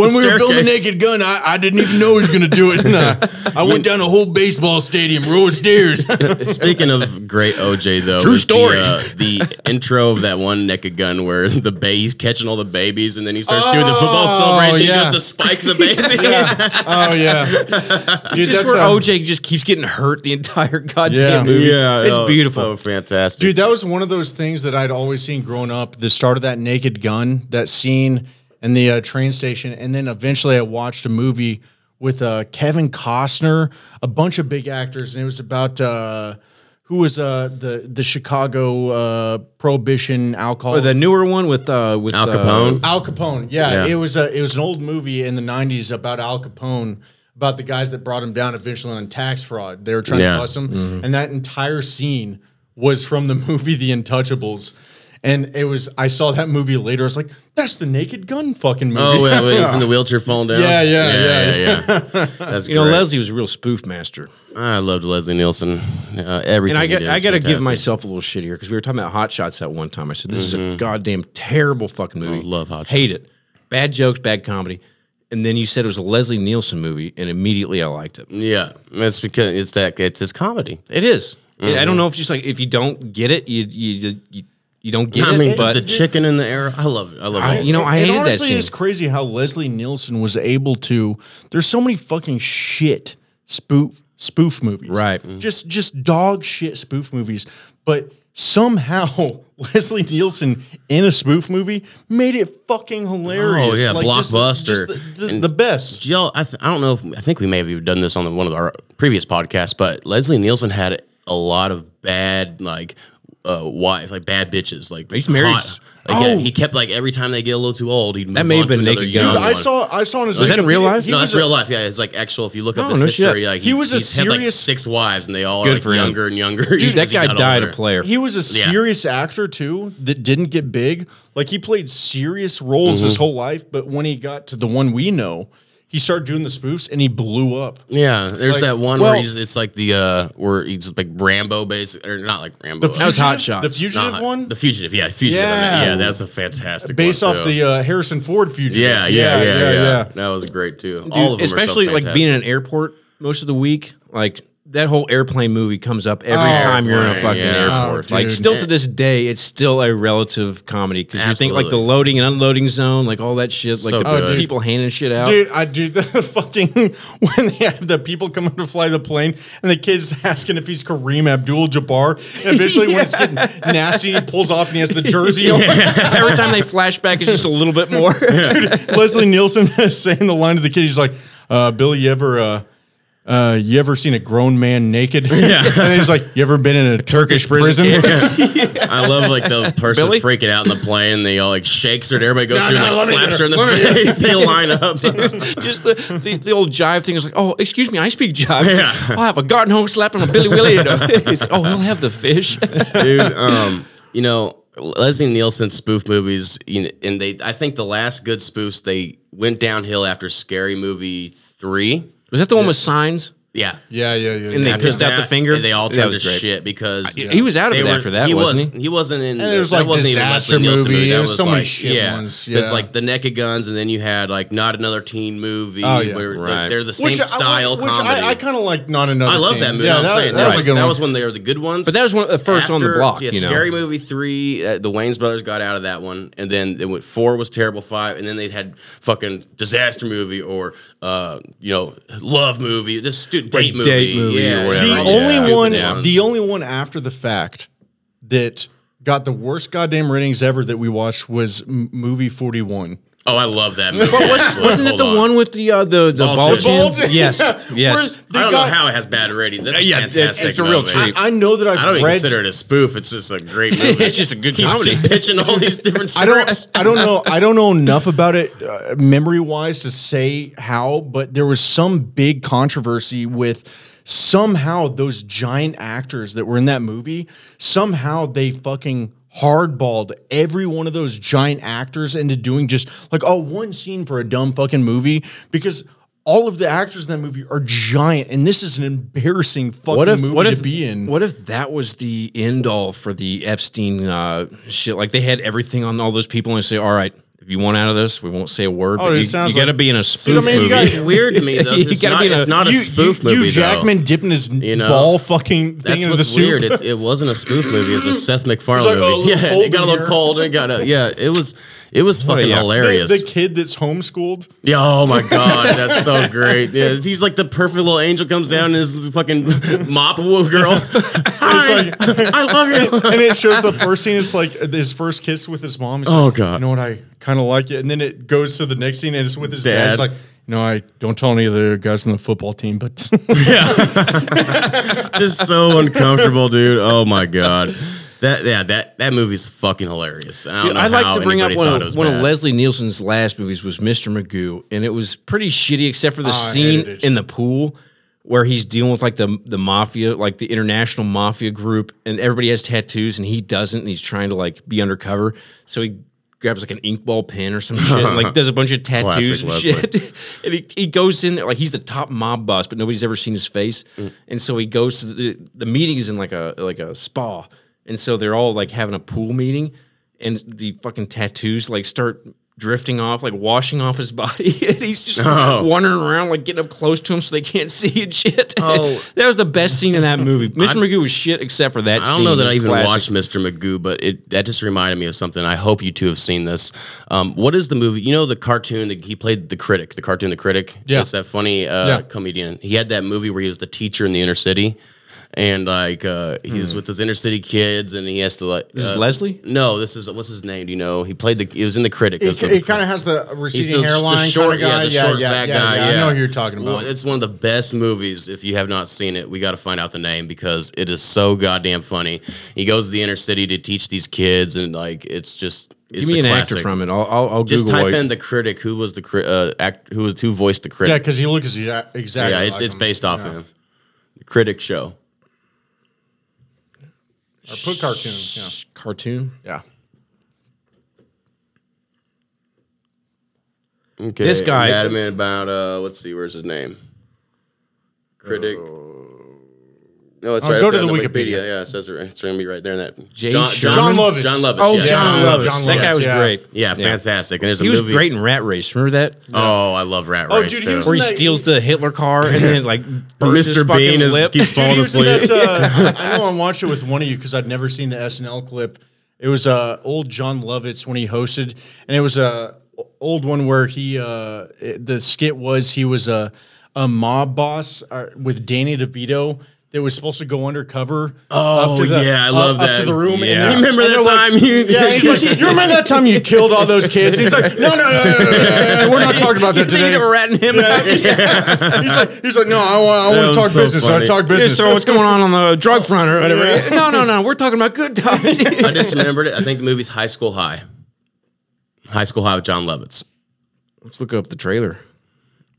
[SPEAKER 1] When we were filming
[SPEAKER 2] Staircase.
[SPEAKER 1] Naked Gun, I, I didn't even know he was going to do it. And, uh, I went down a whole baseball stadium, row of stairs.
[SPEAKER 2] Speaking of great OJ, though,
[SPEAKER 3] True
[SPEAKER 2] was
[SPEAKER 3] story.
[SPEAKER 2] The, uh, the intro of that one Naked Gun where the ba- he's catching all the babies and then he starts doing the football
[SPEAKER 1] Oh,
[SPEAKER 2] celebration.
[SPEAKER 1] yeah.
[SPEAKER 2] He goes to spike the baby.
[SPEAKER 1] oh
[SPEAKER 2] [LAUGHS]
[SPEAKER 1] yeah, dude,
[SPEAKER 3] just
[SPEAKER 1] that's
[SPEAKER 3] where
[SPEAKER 1] uh,
[SPEAKER 3] OJ just keeps getting hurt the entire goddamn
[SPEAKER 1] Yeah.
[SPEAKER 3] movie. it's
[SPEAKER 2] oh,
[SPEAKER 3] beautiful.
[SPEAKER 2] so fantastic.
[SPEAKER 1] Dude, that was one of those things that I'd always seen growing up. The start of that Naked Gun, that scene in the uh, train station, and then eventually I watched a movie with uh, Kevin Costner, a bunch of big actors, and it was about uh, who was uh, the the Chicago uh, Prohibition alcohol.
[SPEAKER 3] Or the newer one with uh, with
[SPEAKER 2] Al
[SPEAKER 3] uh,
[SPEAKER 2] Capone.
[SPEAKER 1] Al Capone. Yeah,
[SPEAKER 2] Yeah.
[SPEAKER 1] it was a it was an old movie in the '90s about Al Capone, about the guys that brought him down eventually on tax fraud. They were trying
[SPEAKER 2] Yeah. Mm-hmm.
[SPEAKER 1] to bust him, and that entire scene was from the [LAUGHS] movie The Untouchables. And it was I saw that movie later. I was like, that's the Naked Gun fucking movie. [LAUGHS]
[SPEAKER 2] oh, yeah, when he's in the wheelchair falling down.
[SPEAKER 1] Yeah, yeah, yeah.
[SPEAKER 2] yeah, yeah, yeah. That's
[SPEAKER 3] You know,
[SPEAKER 2] great.
[SPEAKER 3] Leslie was a real spoof master.
[SPEAKER 2] I loved Leslie Nielsen. Uh, everything.
[SPEAKER 3] And I got
[SPEAKER 2] he did
[SPEAKER 3] I
[SPEAKER 2] is
[SPEAKER 3] got to give
[SPEAKER 2] fantastic.
[SPEAKER 3] myself a little shit here because we were talking about Hot Shots at one time. I said this is a goddamn terrible fucking movie.
[SPEAKER 2] Mm-hmm. I love Hot
[SPEAKER 3] Hate it. Bad jokes, bad comedy. And then you said it was a Leslie Nielsen movie, and immediately I liked it.
[SPEAKER 2] Yeah, it's because it's that it's his comedy.
[SPEAKER 3] It is. It-
[SPEAKER 2] Mm-hmm.
[SPEAKER 3] I don't know if just like if you don't get it, you you you, you don't get
[SPEAKER 2] I mean,
[SPEAKER 3] it. But
[SPEAKER 2] the chicken in the air. I love it. I love
[SPEAKER 3] I-
[SPEAKER 2] it.
[SPEAKER 3] you know, I
[SPEAKER 1] it
[SPEAKER 3] hated that
[SPEAKER 1] honestly
[SPEAKER 3] scene.
[SPEAKER 1] is crazy how Leslie Nielsen was able to. There's so many fucking shit spoof spoof movies,
[SPEAKER 3] Right.
[SPEAKER 2] Mm-hmm.
[SPEAKER 1] Just just dog shit spoof movies, but somehow [LAUGHS] Leslie Nielsen in a spoof movie made it fucking hilarious.
[SPEAKER 2] Oh, yeah,
[SPEAKER 1] just-
[SPEAKER 2] blockbuster.
[SPEAKER 1] just the, the,
[SPEAKER 2] And-
[SPEAKER 1] the best.
[SPEAKER 2] Jill, I, th- I don't know if I think we may have even done this on the, one of our previous podcasts, but Leslie Nielsen had a lot of bad like uh, wives, like bad bitches, like
[SPEAKER 3] He's married.
[SPEAKER 2] hot- Like, yeah,
[SPEAKER 1] Oh.
[SPEAKER 2] he kept like every time they get a little too old, he'd move
[SPEAKER 3] may
[SPEAKER 2] on
[SPEAKER 3] have been
[SPEAKER 2] to another
[SPEAKER 3] Naked
[SPEAKER 2] young
[SPEAKER 3] Gun.
[SPEAKER 1] Dude,
[SPEAKER 3] Another
[SPEAKER 1] I
[SPEAKER 2] one.
[SPEAKER 1] saw I saw in his
[SPEAKER 3] Was that in real life?
[SPEAKER 1] He
[SPEAKER 2] no,
[SPEAKER 1] was
[SPEAKER 2] that's
[SPEAKER 1] a-
[SPEAKER 2] real life. Yeah, it's like actual. If you look up
[SPEAKER 3] Oh,
[SPEAKER 2] his
[SPEAKER 3] no shit.
[SPEAKER 2] history, like
[SPEAKER 1] He was a
[SPEAKER 2] he's had like
[SPEAKER 1] serious-
[SPEAKER 2] six wives, and they all
[SPEAKER 3] Good
[SPEAKER 2] are like
[SPEAKER 3] for him.
[SPEAKER 2] younger and younger. [LAUGHS]
[SPEAKER 3] dude, that guy died a player.
[SPEAKER 1] He was a
[SPEAKER 2] Yeah.
[SPEAKER 1] serious actor too that didn't get big. Like he played serious roles his whole life, but when he got to the one we know, he started doing the spoofs and he blew up.
[SPEAKER 2] Yeah, there's
[SPEAKER 1] Like,
[SPEAKER 2] that one
[SPEAKER 1] well-
[SPEAKER 2] where he's, it's like the uh where he's like Rambo, basic or not like Rambo.
[SPEAKER 1] The
[SPEAKER 2] uh,
[SPEAKER 3] That was Hot
[SPEAKER 1] Fugitive- The
[SPEAKER 3] Shots.
[SPEAKER 1] fugitive
[SPEAKER 2] not-
[SPEAKER 1] one,
[SPEAKER 2] the fugitive. Yeah, fugitive. I meant-
[SPEAKER 1] Yeah.
[SPEAKER 2] Yeah, that's a fantastic.
[SPEAKER 1] based
[SPEAKER 2] one,
[SPEAKER 1] off
[SPEAKER 2] too.
[SPEAKER 1] the uh, Harrison Ford fugitive.
[SPEAKER 2] Yeah, yeah, yeah, yeah, That was great too. All of them,
[SPEAKER 3] especially like being in an airport most of the week, like. That whole airplane movie comes up every time you're in a
[SPEAKER 2] Airplane,
[SPEAKER 3] fucking
[SPEAKER 2] yeah.
[SPEAKER 3] airport.
[SPEAKER 1] Oh,
[SPEAKER 3] like,
[SPEAKER 1] dude.
[SPEAKER 3] still to this day, it's still a relative comedy because you think like the
[SPEAKER 2] Absolutely.
[SPEAKER 3] loading and unloading zone, like all that shit, like
[SPEAKER 2] So
[SPEAKER 3] the
[SPEAKER 2] good.
[SPEAKER 3] people handing shit out.
[SPEAKER 1] Dude, [LAUGHS] I do the fucking when they have the people coming to fly the plane and the kid's [LAUGHS] asking if he's Kareem Abdul Jabbar. And eventually, when it's getting nasty, he pulls off and he has the jersey on.
[SPEAKER 3] [LAUGHS] every time they flash back, it's just a little
[SPEAKER 1] [LAUGHS]
[SPEAKER 3] bit more.
[SPEAKER 1] Leslie Nielsen is saying the line to the kid. He's like, uh, "Billy, you ever, uh, uh, you ever seen a grown man
[SPEAKER 2] [LAUGHS]
[SPEAKER 1] naked? Yeah. [LAUGHS] and he's like, you ever been in a Turkish, prison? [LAUGHS]
[SPEAKER 2] I love like the person
[SPEAKER 3] Billy?
[SPEAKER 2] freaking out in the plane. and They all like shakes her. and Everybody goes
[SPEAKER 3] No,
[SPEAKER 2] through
[SPEAKER 3] no,
[SPEAKER 2] and like
[SPEAKER 3] let me
[SPEAKER 2] slaps
[SPEAKER 3] get
[SPEAKER 2] her in the
[SPEAKER 3] her. Let me-
[SPEAKER 2] face. they line up.
[SPEAKER 3] [LAUGHS] Just the, the, the old jive thing is like, oh, excuse me, I speak jive. It's like,
[SPEAKER 2] Yeah.
[SPEAKER 3] I'll have a garden hose slap and a Billy Willie. [LAUGHS] And a, he's like, oh, he'll have the fish. [LAUGHS]
[SPEAKER 2] dude. Um, you know Leslie Nielsen's spoof movies, you know, and they. I think the last good spoofs they went downhill after Scary Movie three.
[SPEAKER 3] Was that the one with signs?
[SPEAKER 2] Yeah.
[SPEAKER 1] yeah, yeah, yeah.
[SPEAKER 3] And they
[SPEAKER 1] yeah.
[SPEAKER 3] pissed out the
[SPEAKER 2] That-
[SPEAKER 3] finger?
[SPEAKER 2] They all
[SPEAKER 3] That
[SPEAKER 2] turned to
[SPEAKER 3] was great.
[SPEAKER 2] shit because
[SPEAKER 3] He was out of
[SPEAKER 2] they
[SPEAKER 3] it
[SPEAKER 2] were-
[SPEAKER 3] after that,
[SPEAKER 2] he
[SPEAKER 3] wasn't
[SPEAKER 2] was, he? wasn't in.
[SPEAKER 1] And it was
[SPEAKER 2] that
[SPEAKER 1] like
[SPEAKER 2] wasn't even a
[SPEAKER 1] disaster
[SPEAKER 2] Leslie Nielsen
[SPEAKER 1] movie.
[SPEAKER 2] That
[SPEAKER 1] There was
[SPEAKER 2] was
[SPEAKER 1] so many
[SPEAKER 2] like,
[SPEAKER 1] shit
[SPEAKER 2] yeah.
[SPEAKER 1] ones,
[SPEAKER 2] There's
[SPEAKER 1] yeah.
[SPEAKER 2] like the Naked Guns, and then you had like not another teen movie.
[SPEAKER 1] Oh, yeah.
[SPEAKER 2] where, like,
[SPEAKER 3] Right.
[SPEAKER 2] they're the same style
[SPEAKER 1] which
[SPEAKER 2] comedy.
[SPEAKER 1] I, I kind of like not another.
[SPEAKER 2] I love
[SPEAKER 1] Teen.
[SPEAKER 2] that movie.
[SPEAKER 1] Yeah,
[SPEAKER 2] I'm
[SPEAKER 1] that,
[SPEAKER 2] saying
[SPEAKER 1] that was a good
[SPEAKER 2] that
[SPEAKER 1] one.
[SPEAKER 2] was when they were the good ones.
[SPEAKER 3] But that was one of the first on the
[SPEAKER 2] After-
[SPEAKER 3] block,
[SPEAKER 2] Yeah,
[SPEAKER 3] you know.
[SPEAKER 2] Scary Movie three, uh, the Wayne's brothers got out of that one, and then they went four was terrible, five, and then they had fucking disaster movie or uh, you know love movie, this stu- date movie,
[SPEAKER 3] date movie
[SPEAKER 2] yeah,
[SPEAKER 3] or whatever,
[SPEAKER 1] the
[SPEAKER 2] all
[SPEAKER 3] Yeah.
[SPEAKER 2] these
[SPEAKER 1] only
[SPEAKER 2] stupid
[SPEAKER 1] one,
[SPEAKER 2] ones.
[SPEAKER 1] the only one after the fact that got the worst goddamn ratings ever that we watched was M- movie forty one.
[SPEAKER 2] oh, I love that movie. actually.
[SPEAKER 3] Wasn't it
[SPEAKER 2] Hold
[SPEAKER 3] the
[SPEAKER 2] on.
[SPEAKER 3] one with the uh, the the
[SPEAKER 2] Ball
[SPEAKER 3] ball
[SPEAKER 2] gym.
[SPEAKER 3] gym? Yes, yes.
[SPEAKER 1] [LAUGHS] Where
[SPEAKER 2] I
[SPEAKER 1] they
[SPEAKER 2] don't
[SPEAKER 1] got-
[SPEAKER 2] know how it has bad ratings. That's a
[SPEAKER 3] Yeah, it's-
[SPEAKER 2] fantastic.
[SPEAKER 3] it's a real
[SPEAKER 2] movie.
[SPEAKER 3] treat.
[SPEAKER 2] I,
[SPEAKER 1] I know that I've
[SPEAKER 2] I don't even
[SPEAKER 1] read.
[SPEAKER 2] consider it a spoof. It's just a great movie.
[SPEAKER 3] It's just a good
[SPEAKER 2] He's
[SPEAKER 3] comedy.
[SPEAKER 2] just pitching all these
[SPEAKER 3] [LAUGHS]
[SPEAKER 2] different.
[SPEAKER 1] I
[SPEAKER 2] scripts.
[SPEAKER 1] don't. I don't know. I don't know enough about it, uh, memory wise, to say how. But there was some big controversy with somehow those giant actors that were in that movie. Somehow they fucking hardballed every one of those giant actors into doing just like oh one scene for a dumb fucking movie because. All of the actors in that movie are giant, and this is an embarrassing fucking
[SPEAKER 3] What if
[SPEAKER 1] movie
[SPEAKER 3] what if
[SPEAKER 1] to be in.
[SPEAKER 3] what if that was the end all for the Epstein uh, shit? Like they had everything on all those people and they say, all right, if you want out of this, we won't say a word.
[SPEAKER 1] Oh,
[SPEAKER 3] but
[SPEAKER 1] it
[SPEAKER 3] you,
[SPEAKER 1] sounds
[SPEAKER 3] got to
[SPEAKER 1] like-
[SPEAKER 3] be in a
[SPEAKER 1] See what
[SPEAKER 3] spoof
[SPEAKER 1] I mean? You
[SPEAKER 3] movie.
[SPEAKER 1] guys-
[SPEAKER 2] It's weird to me though.
[SPEAKER 3] [LAUGHS] You
[SPEAKER 2] It's
[SPEAKER 3] gotta
[SPEAKER 2] not,
[SPEAKER 3] be in
[SPEAKER 2] it's
[SPEAKER 3] a-
[SPEAKER 2] not a
[SPEAKER 1] You- you,
[SPEAKER 2] spoof movie.
[SPEAKER 1] you Jackman dipping his
[SPEAKER 2] know,
[SPEAKER 1] ball fucking thing
[SPEAKER 2] That's
[SPEAKER 1] into the
[SPEAKER 2] what's
[SPEAKER 1] soup.
[SPEAKER 2] weird. It, it wasn't a spoof
[SPEAKER 1] [LAUGHS]
[SPEAKER 2] movie. It's a Seth MacFarlane
[SPEAKER 1] It's like, oh, a
[SPEAKER 2] movie.
[SPEAKER 1] little
[SPEAKER 2] yeah,
[SPEAKER 1] cold
[SPEAKER 2] it got a
[SPEAKER 1] in
[SPEAKER 2] little
[SPEAKER 1] here.
[SPEAKER 2] cold. It got a yeah. It was it was fucking
[SPEAKER 3] yeah.
[SPEAKER 2] hilarious.
[SPEAKER 1] The, the kid that's homeschooled.
[SPEAKER 2] yeah.
[SPEAKER 1] [LAUGHS]
[SPEAKER 2] Oh my god, that's so great. Yeah, he's like the perfect little angel comes down and his fucking [LAUGHS] mop
[SPEAKER 1] [LAUGHS]
[SPEAKER 2] wool girl. Hi, I love you.
[SPEAKER 1] And it shows the first scene. It's like his first kiss with his mom. He's
[SPEAKER 2] Oh,
[SPEAKER 1] like,
[SPEAKER 2] God.
[SPEAKER 1] You know what? I kind of like it. And then it goes to the next scene, and it's with his dad.
[SPEAKER 2] Dad.
[SPEAKER 1] It's like, no, I don't tell any of the guys on the football team, but [LAUGHS]
[SPEAKER 2] Just so uncomfortable, dude. Oh my god. That yeah that that movie's fucking hilarious. I don't know
[SPEAKER 3] I'd like
[SPEAKER 2] how
[SPEAKER 3] to bring up
[SPEAKER 2] anybody
[SPEAKER 3] one
[SPEAKER 2] thought it
[SPEAKER 3] of,
[SPEAKER 2] was
[SPEAKER 3] one of
[SPEAKER 2] bad.
[SPEAKER 3] Leslie Nielsen's last movies was Mr. Magoo, and it was pretty shitty except for the scene
[SPEAKER 1] hated it.
[SPEAKER 3] in the pool where he's dealing with like the the mafia, like the international mafia group, and everybody has tattoos and he doesn't, and he's trying to like be undercover, so he grabs like an inkball pen or some shit,
[SPEAKER 2] [LAUGHS]
[SPEAKER 3] and, like does a bunch of tattoos
[SPEAKER 2] Classic
[SPEAKER 3] and
[SPEAKER 2] Leslie.
[SPEAKER 3] shit, [LAUGHS] and he, he goes in there like he's the top mob boss, but nobody's ever seen his face,
[SPEAKER 2] Mm.
[SPEAKER 3] and so he goes to the the meeting is in like a like a spa. And so they're all like having a pool meeting, and the fucking tattoos like start drifting off, like washing off his [LAUGHS] body, and he's just wandering around, like getting up close to him so they can't see and shit. [LAUGHS]
[SPEAKER 2] Oh.
[SPEAKER 3] that was the best scene in
[SPEAKER 2] [LAUGHS]
[SPEAKER 3] that movie. Mr. Magoo was shit except for that.
[SPEAKER 2] I don't
[SPEAKER 3] scene.
[SPEAKER 2] know that
[SPEAKER 3] It
[SPEAKER 2] I
[SPEAKER 3] was
[SPEAKER 2] even
[SPEAKER 3] classic.
[SPEAKER 2] watched Mr. Magoo, but it that just reminded me of something. I hope you two have seen this. Um, what is the movie? You know the cartoon that he played, the critic, the cartoon, the critic.
[SPEAKER 1] Yeah.
[SPEAKER 2] it's that funny uh,
[SPEAKER 1] Yeah.
[SPEAKER 2] comedian. He had that movie where he was the teacher in the inner city, and like uh, he was with his inner city kids, and he has to like.
[SPEAKER 3] Hmm. This is
[SPEAKER 2] uh,
[SPEAKER 3] Leslie.
[SPEAKER 2] No, this is what's his name? Do you know? He played the. He was in the critic.
[SPEAKER 1] it,
[SPEAKER 2] was the-
[SPEAKER 1] it kind of has the receding
[SPEAKER 2] the- the
[SPEAKER 1] hairline. kinda
[SPEAKER 2] short- yeah,
[SPEAKER 1] guy.
[SPEAKER 2] the short fat guy,
[SPEAKER 1] I
[SPEAKER 2] yeah.
[SPEAKER 1] know who you're talking
[SPEAKER 2] Well,
[SPEAKER 1] about.
[SPEAKER 2] it's one of the best movies. If you have not seen it, we got to find out the name because it is so goddamn funny. He goes to the inner city to teach these kids, and like it's just it's
[SPEAKER 3] Give me
[SPEAKER 2] a
[SPEAKER 3] an
[SPEAKER 2] classic.
[SPEAKER 3] actor from it. I'll, I'll, I'll
[SPEAKER 2] Just
[SPEAKER 3] Google
[SPEAKER 2] type
[SPEAKER 3] it.
[SPEAKER 2] in the critic. Who was the cri- uh, act? Who was who voiced the
[SPEAKER 1] yeah,
[SPEAKER 2] critic?
[SPEAKER 1] because he looks exa- exactly.
[SPEAKER 2] yeah, it's
[SPEAKER 1] like
[SPEAKER 2] it's
[SPEAKER 1] him.
[SPEAKER 2] based off
[SPEAKER 1] Yeah.
[SPEAKER 2] him. The critic show.
[SPEAKER 1] Or put cartoons.
[SPEAKER 3] cartoon.
[SPEAKER 1] Yeah. yeah.
[SPEAKER 2] Okay,
[SPEAKER 3] This guy-
[SPEAKER 2] I'm adamant about uh, let's see, where's his name? Critic. No, it's
[SPEAKER 1] Oh,
[SPEAKER 2] right.
[SPEAKER 1] go
[SPEAKER 2] up
[SPEAKER 1] to
[SPEAKER 2] there on
[SPEAKER 1] the
[SPEAKER 2] the
[SPEAKER 1] Wikipedia.
[SPEAKER 2] Yeah, it says it right- it's gonna be right there in that.
[SPEAKER 3] Jay
[SPEAKER 1] John Lovitz.
[SPEAKER 2] John Lovitz.
[SPEAKER 3] Oh,
[SPEAKER 2] yeah.
[SPEAKER 3] John,
[SPEAKER 1] Yeah,
[SPEAKER 3] Lovitz.
[SPEAKER 1] John
[SPEAKER 3] That guy
[SPEAKER 1] Lovitz,
[SPEAKER 3] was
[SPEAKER 1] yeah.
[SPEAKER 3] great.
[SPEAKER 2] Yeah, fantastic. And there's a
[SPEAKER 3] He was
[SPEAKER 2] movie.
[SPEAKER 3] great in Rat Race. Remember that?
[SPEAKER 2] Oh, I love Rat
[SPEAKER 1] Oh,
[SPEAKER 2] Race.
[SPEAKER 1] dude, he
[SPEAKER 2] though.
[SPEAKER 1] was
[SPEAKER 3] Where he
[SPEAKER 1] Isn't that-
[SPEAKER 3] steals the Hitler car and
[SPEAKER 2] [LAUGHS]
[SPEAKER 3] then like burns his
[SPEAKER 2] Mr.
[SPEAKER 3] fucking
[SPEAKER 2] Bean is
[SPEAKER 3] lip.
[SPEAKER 2] keeps
[SPEAKER 3] [LAUGHS]
[SPEAKER 2] falling
[SPEAKER 1] Dude, he was in
[SPEAKER 2] asleep. [LAUGHS]
[SPEAKER 1] that, uh, I know I watched it with one of you because I'd never seen the SNL clip. It was uh, old John Lovitz when he hosted, and it was a old one where he uh, it- the skit was he was a a mob boss uh, with Danny DeVito. that was supposed to go undercover.
[SPEAKER 2] Oh, yeah, I love
[SPEAKER 1] up,
[SPEAKER 2] that.
[SPEAKER 1] Up to the room.
[SPEAKER 2] Yeah.
[SPEAKER 1] And then,
[SPEAKER 2] Remember
[SPEAKER 1] and
[SPEAKER 2] that
[SPEAKER 1] they're
[SPEAKER 2] time you- [LAUGHS] [LAUGHS]
[SPEAKER 1] yeah, he's like, you remember that time you killed all those kids? He's like, no, no, no, no, no, no, no, we're not talking talked about
[SPEAKER 3] You
[SPEAKER 1] that today.
[SPEAKER 3] thinking of ratting him out?
[SPEAKER 1] he's like, he's like, no, I want, I want
[SPEAKER 2] That was
[SPEAKER 1] to talk
[SPEAKER 2] so
[SPEAKER 1] business. So I
[SPEAKER 2] funny.
[SPEAKER 1] talk business.
[SPEAKER 3] so what's going on on the drug front or whatever? No, no, no. We're talking about
[SPEAKER 2] [LAUGHS]
[SPEAKER 3] good times.
[SPEAKER 2] I just remembered it. I think the movie's High School High. High School High with John Lovitz.
[SPEAKER 3] Let's look up the trailer.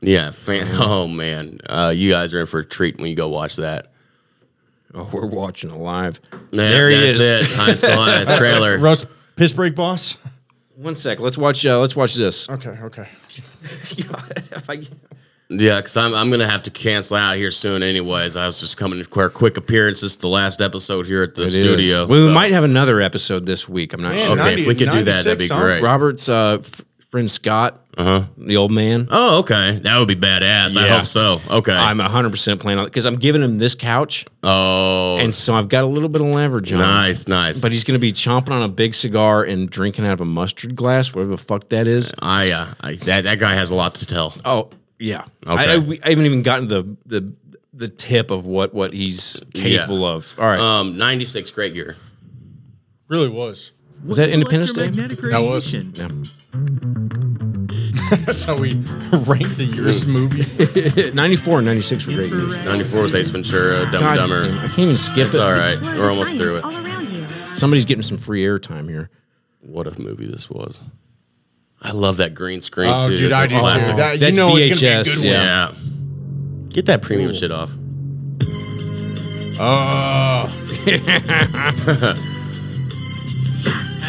[SPEAKER 2] Yeah. Fan- oh man, uh, you guys are in for a treat when you go watch that.
[SPEAKER 3] Oh, we're watching it live.
[SPEAKER 2] That-
[SPEAKER 3] there he
[SPEAKER 2] that's
[SPEAKER 3] is.
[SPEAKER 2] It. High School
[SPEAKER 3] [LAUGHS]
[SPEAKER 2] High trailer.
[SPEAKER 1] Russ piss break boss.
[SPEAKER 3] One sec. Let's watch. Uh, let's watch this.
[SPEAKER 1] Okay, okay.
[SPEAKER 3] God, [LAUGHS] if I-
[SPEAKER 2] Yeah, because I'm, I'm gonna have to cancel out here soon. Anyways, I was just coming in for a quick appearance. This is the last episode here at the studio.
[SPEAKER 3] Well, we
[SPEAKER 2] so-
[SPEAKER 3] might have another episode this week. I'm not
[SPEAKER 1] Man,
[SPEAKER 3] sure.
[SPEAKER 2] Okay, if we could do that, that'd be
[SPEAKER 1] 96, huh?
[SPEAKER 2] great.
[SPEAKER 3] Robert's uh, f- friend Scott, uh-huh. the old man.
[SPEAKER 2] Oh, okay, that would be badass. I
[SPEAKER 3] Yeah.
[SPEAKER 2] hope so. Okay.
[SPEAKER 3] I'm 100 percent planning on because I'm giving him this couch,
[SPEAKER 2] oh,
[SPEAKER 3] and so I've got a little bit of leverage on. it.
[SPEAKER 2] nice, nice.
[SPEAKER 3] But he's going to be chomping on a big cigar and drinking out of a mustard glass, whatever the fuck that is.
[SPEAKER 2] I, uh, I that that guy has a lot to tell.
[SPEAKER 3] Oh yeah.
[SPEAKER 2] Okay.
[SPEAKER 3] I, I, we, I haven't even gotten the the the tip of what what he's capable of. All right.
[SPEAKER 2] Um, 96, great year.
[SPEAKER 1] Really was.
[SPEAKER 3] Was that Independence Day?
[SPEAKER 1] That was. That's how we [LAUGHS] rank the year's movie.
[SPEAKER 3] 94 and 96 were great years.
[SPEAKER 2] 94 was Ace Ventura, Dumb and
[SPEAKER 3] God,
[SPEAKER 2] Dumber.
[SPEAKER 3] I can't even skip
[SPEAKER 2] It's
[SPEAKER 3] it.
[SPEAKER 2] all right. We're almost through it.
[SPEAKER 3] Somebody's getting some free airtime here.
[SPEAKER 2] What a movie this was. I love that green screen
[SPEAKER 1] Oh,
[SPEAKER 2] too.
[SPEAKER 1] dude, I
[SPEAKER 2] That's
[SPEAKER 1] do too.
[SPEAKER 2] classic.
[SPEAKER 1] That- you
[SPEAKER 3] That's
[SPEAKER 1] know it's gonna be a
[SPEAKER 3] VHS.
[SPEAKER 1] good one.
[SPEAKER 3] yeah.
[SPEAKER 2] yeah. Get that premium shit off.
[SPEAKER 1] Oh,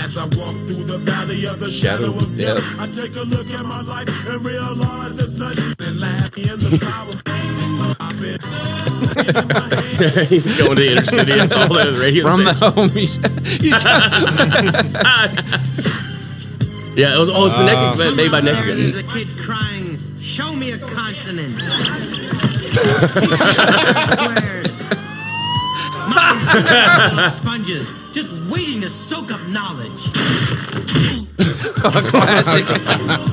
[SPEAKER 6] As I walk through the valley of the shadow, of death, I take a look at my life and realize there's nothing left in the power. I've been in my
[SPEAKER 2] [LAUGHS]
[SPEAKER 6] hand.
[SPEAKER 2] He's going to Intercity. That's all that is. Radio
[SPEAKER 3] From the
[SPEAKER 2] station.
[SPEAKER 3] homies. [LAUGHS] He's
[SPEAKER 2] [LAUGHS]
[SPEAKER 3] got-
[SPEAKER 2] yeah, it was. Oh, it's the Naked Gun, made by Naked
[SPEAKER 4] There is
[SPEAKER 2] Gun.
[SPEAKER 4] a kid crying, show me
[SPEAKER 3] [LAUGHS]
[SPEAKER 4] a consonant. Squares. [LAUGHS] Minds full of sponges, just waiting to soak up knowledge.
[SPEAKER 1] [LAUGHS]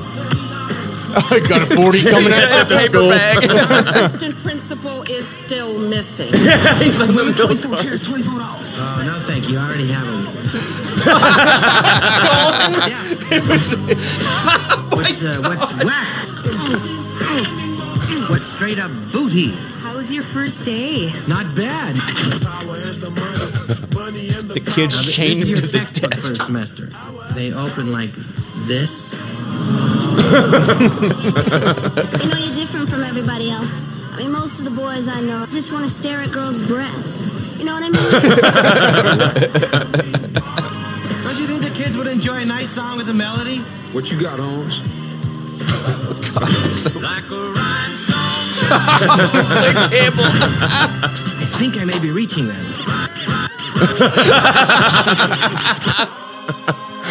[SPEAKER 1] I got a
[SPEAKER 2] [LAUGHS]
[SPEAKER 1] forty coming
[SPEAKER 2] That's
[SPEAKER 1] out.
[SPEAKER 2] at the school.
[SPEAKER 5] Assistant principal is still missing.
[SPEAKER 2] He's on the milk bar.
[SPEAKER 4] Here's twenty-four dollars. Oh no, thank you. I already have them. [LAUGHS] what's uh, what's whack? What's straight up booty?
[SPEAKER 9] How was your first day?
[SPEAKER 4] Not bad.
[SPEAKER 6] Power and the money, money and the, power.
[SPEAKER 3] kids chained
[SPEAKER 4] this
[SPEAKER 3] him
[SPEAKER 4] is
[SPEAKER 3] to
[SPEAKER 4] your
[SPEAKER 3] the
[SPEAKER 4] textbook
[SPEAKER 3] desk.
[SPEAKER 4] for a semester. They open like this.
[SPEAKER 11] You know, you're different from everybody else. I mean, most of the boys I know just want to stare at girls' breasts. You know what I
[SPEAKER 2] [LAUGHS]
[SPEAKER 11] mean?
[SPEAKER 4] Don't you think the kids would enjoy a nice song with a melody?
[SPEAKER 6] What you got, Holmes?
[SPEAKER 4] [LAUGHS] Like a
[SPEAKER 3] [LAUGHS]
[SPEAKER 4] rhinestone.
[SPEAKER 3] Campbell.
[SPEAKER 4] I think I may be reaching them.
[SPEAKER 2] It's like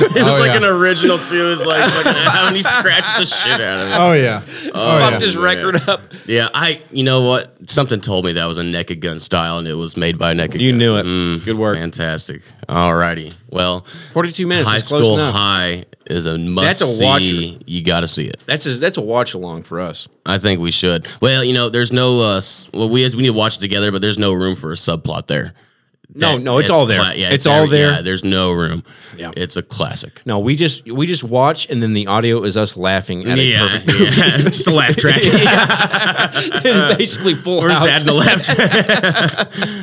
[SPEAKER 1] Oh, yeah.
[SPEAKER 3] Oh,
[SPEAKER 2] an original too. It's like fucking how
[SPEAKER 3] [LAUGHS]
[SPEAKER 2] he scratched the shit out of it.
[SPEAKER 1] Oh yeah. Oh
[SPEAKER 3] Popped
[SPEAKER 1] yeah.
[SPEAKER 3] his record up.
[SPEAKER 2] Yeah, I. You know what? Something told me that was a Naked Gun style, and it was made by Naked.
[SPEAKER 3] You
[SPEAKER 2] Gun.
[SPEAKER 3] knew it.
[SPEAKER 2] Mm.
[SPEAKER 3] Good work.
[SPEAKER 2] Fantastic. All righty. Well,
[SPEAKER 3] 42 minutes.
[SPEAKER 2] High
[SPEAKER 3] That's close
[SPEAKER 2] School
[SPEAKER 3] enough.
[SPEAKER 2] High is a must.
[SPEAKER 3] That's a
[SPEAKER 2] See.
[SPEAKER 3] watcher.
[SPEAKER 2] You got to see it.
[SPEAKER 3] That's a, that's a watch along for us.
[SPEAKER 2] I think we should. Well, you know, there's no. Uh, s- well, we we need to watch it together, but there's no room for a subplot there.
[SPEAKER 3] No,
[SPEAKER 2] That-
[SPEAKER 3] no, it's all there.
[SPEAKER 2] flat-
[SPEAKER 3] It's all there.
[SPEAKER 2] Yeah, there's no room.
[SPEAKER 3] Yeah.
[SPEAKER 2] it's a classic.
[SPEAKER 3] No, we just we just watch and then the audio is us laughing at a
[SPEAKER 2] Yeah, [LAUGHS]
[SPEAKER 3] perfect [LAUGHS]
[SPEAKER 2] yeah. just a laugh [LAUGHS] track.
[SPEAKER 3] it's basically full
[SPEAKER 2] We're just
[SPEAKER 3] house.
[SPEAKER 2] adding a laugh track. [LAUGHS]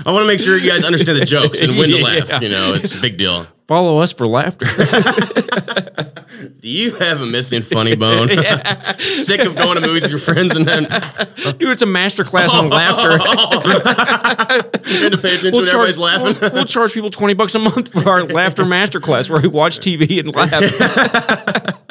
[SPEAKER 2] I want to make sure you guys understand the jokes and when to
[SPEAKER 3] Yeah.
[SPEAKER 2] laugh. You know, it's a big deal.
[SPEAKER 3] Follow us
[SPEAKER 2] [LAUGHS]
[SPEAKER 3] for laughter.
[SPEAKER 2] Do you have a missing [LAUGHS] funny bone? [LAUGHS] Sick of going to movies with your friends and then
[SPEAKER 3] Dude, it's a master class
[SPEAKER 2] Oh, [LAUGHS]
[SPEAKER 3] on laughter.
[SPEAKER 2] trying to pay attention when everybody's laughing?
[SPEAKER 3] We'll, we'll charge people 20 bucks a month for our laughter master class where we watch TV and laugh.
[SPEAKER 2] [LAUGHS]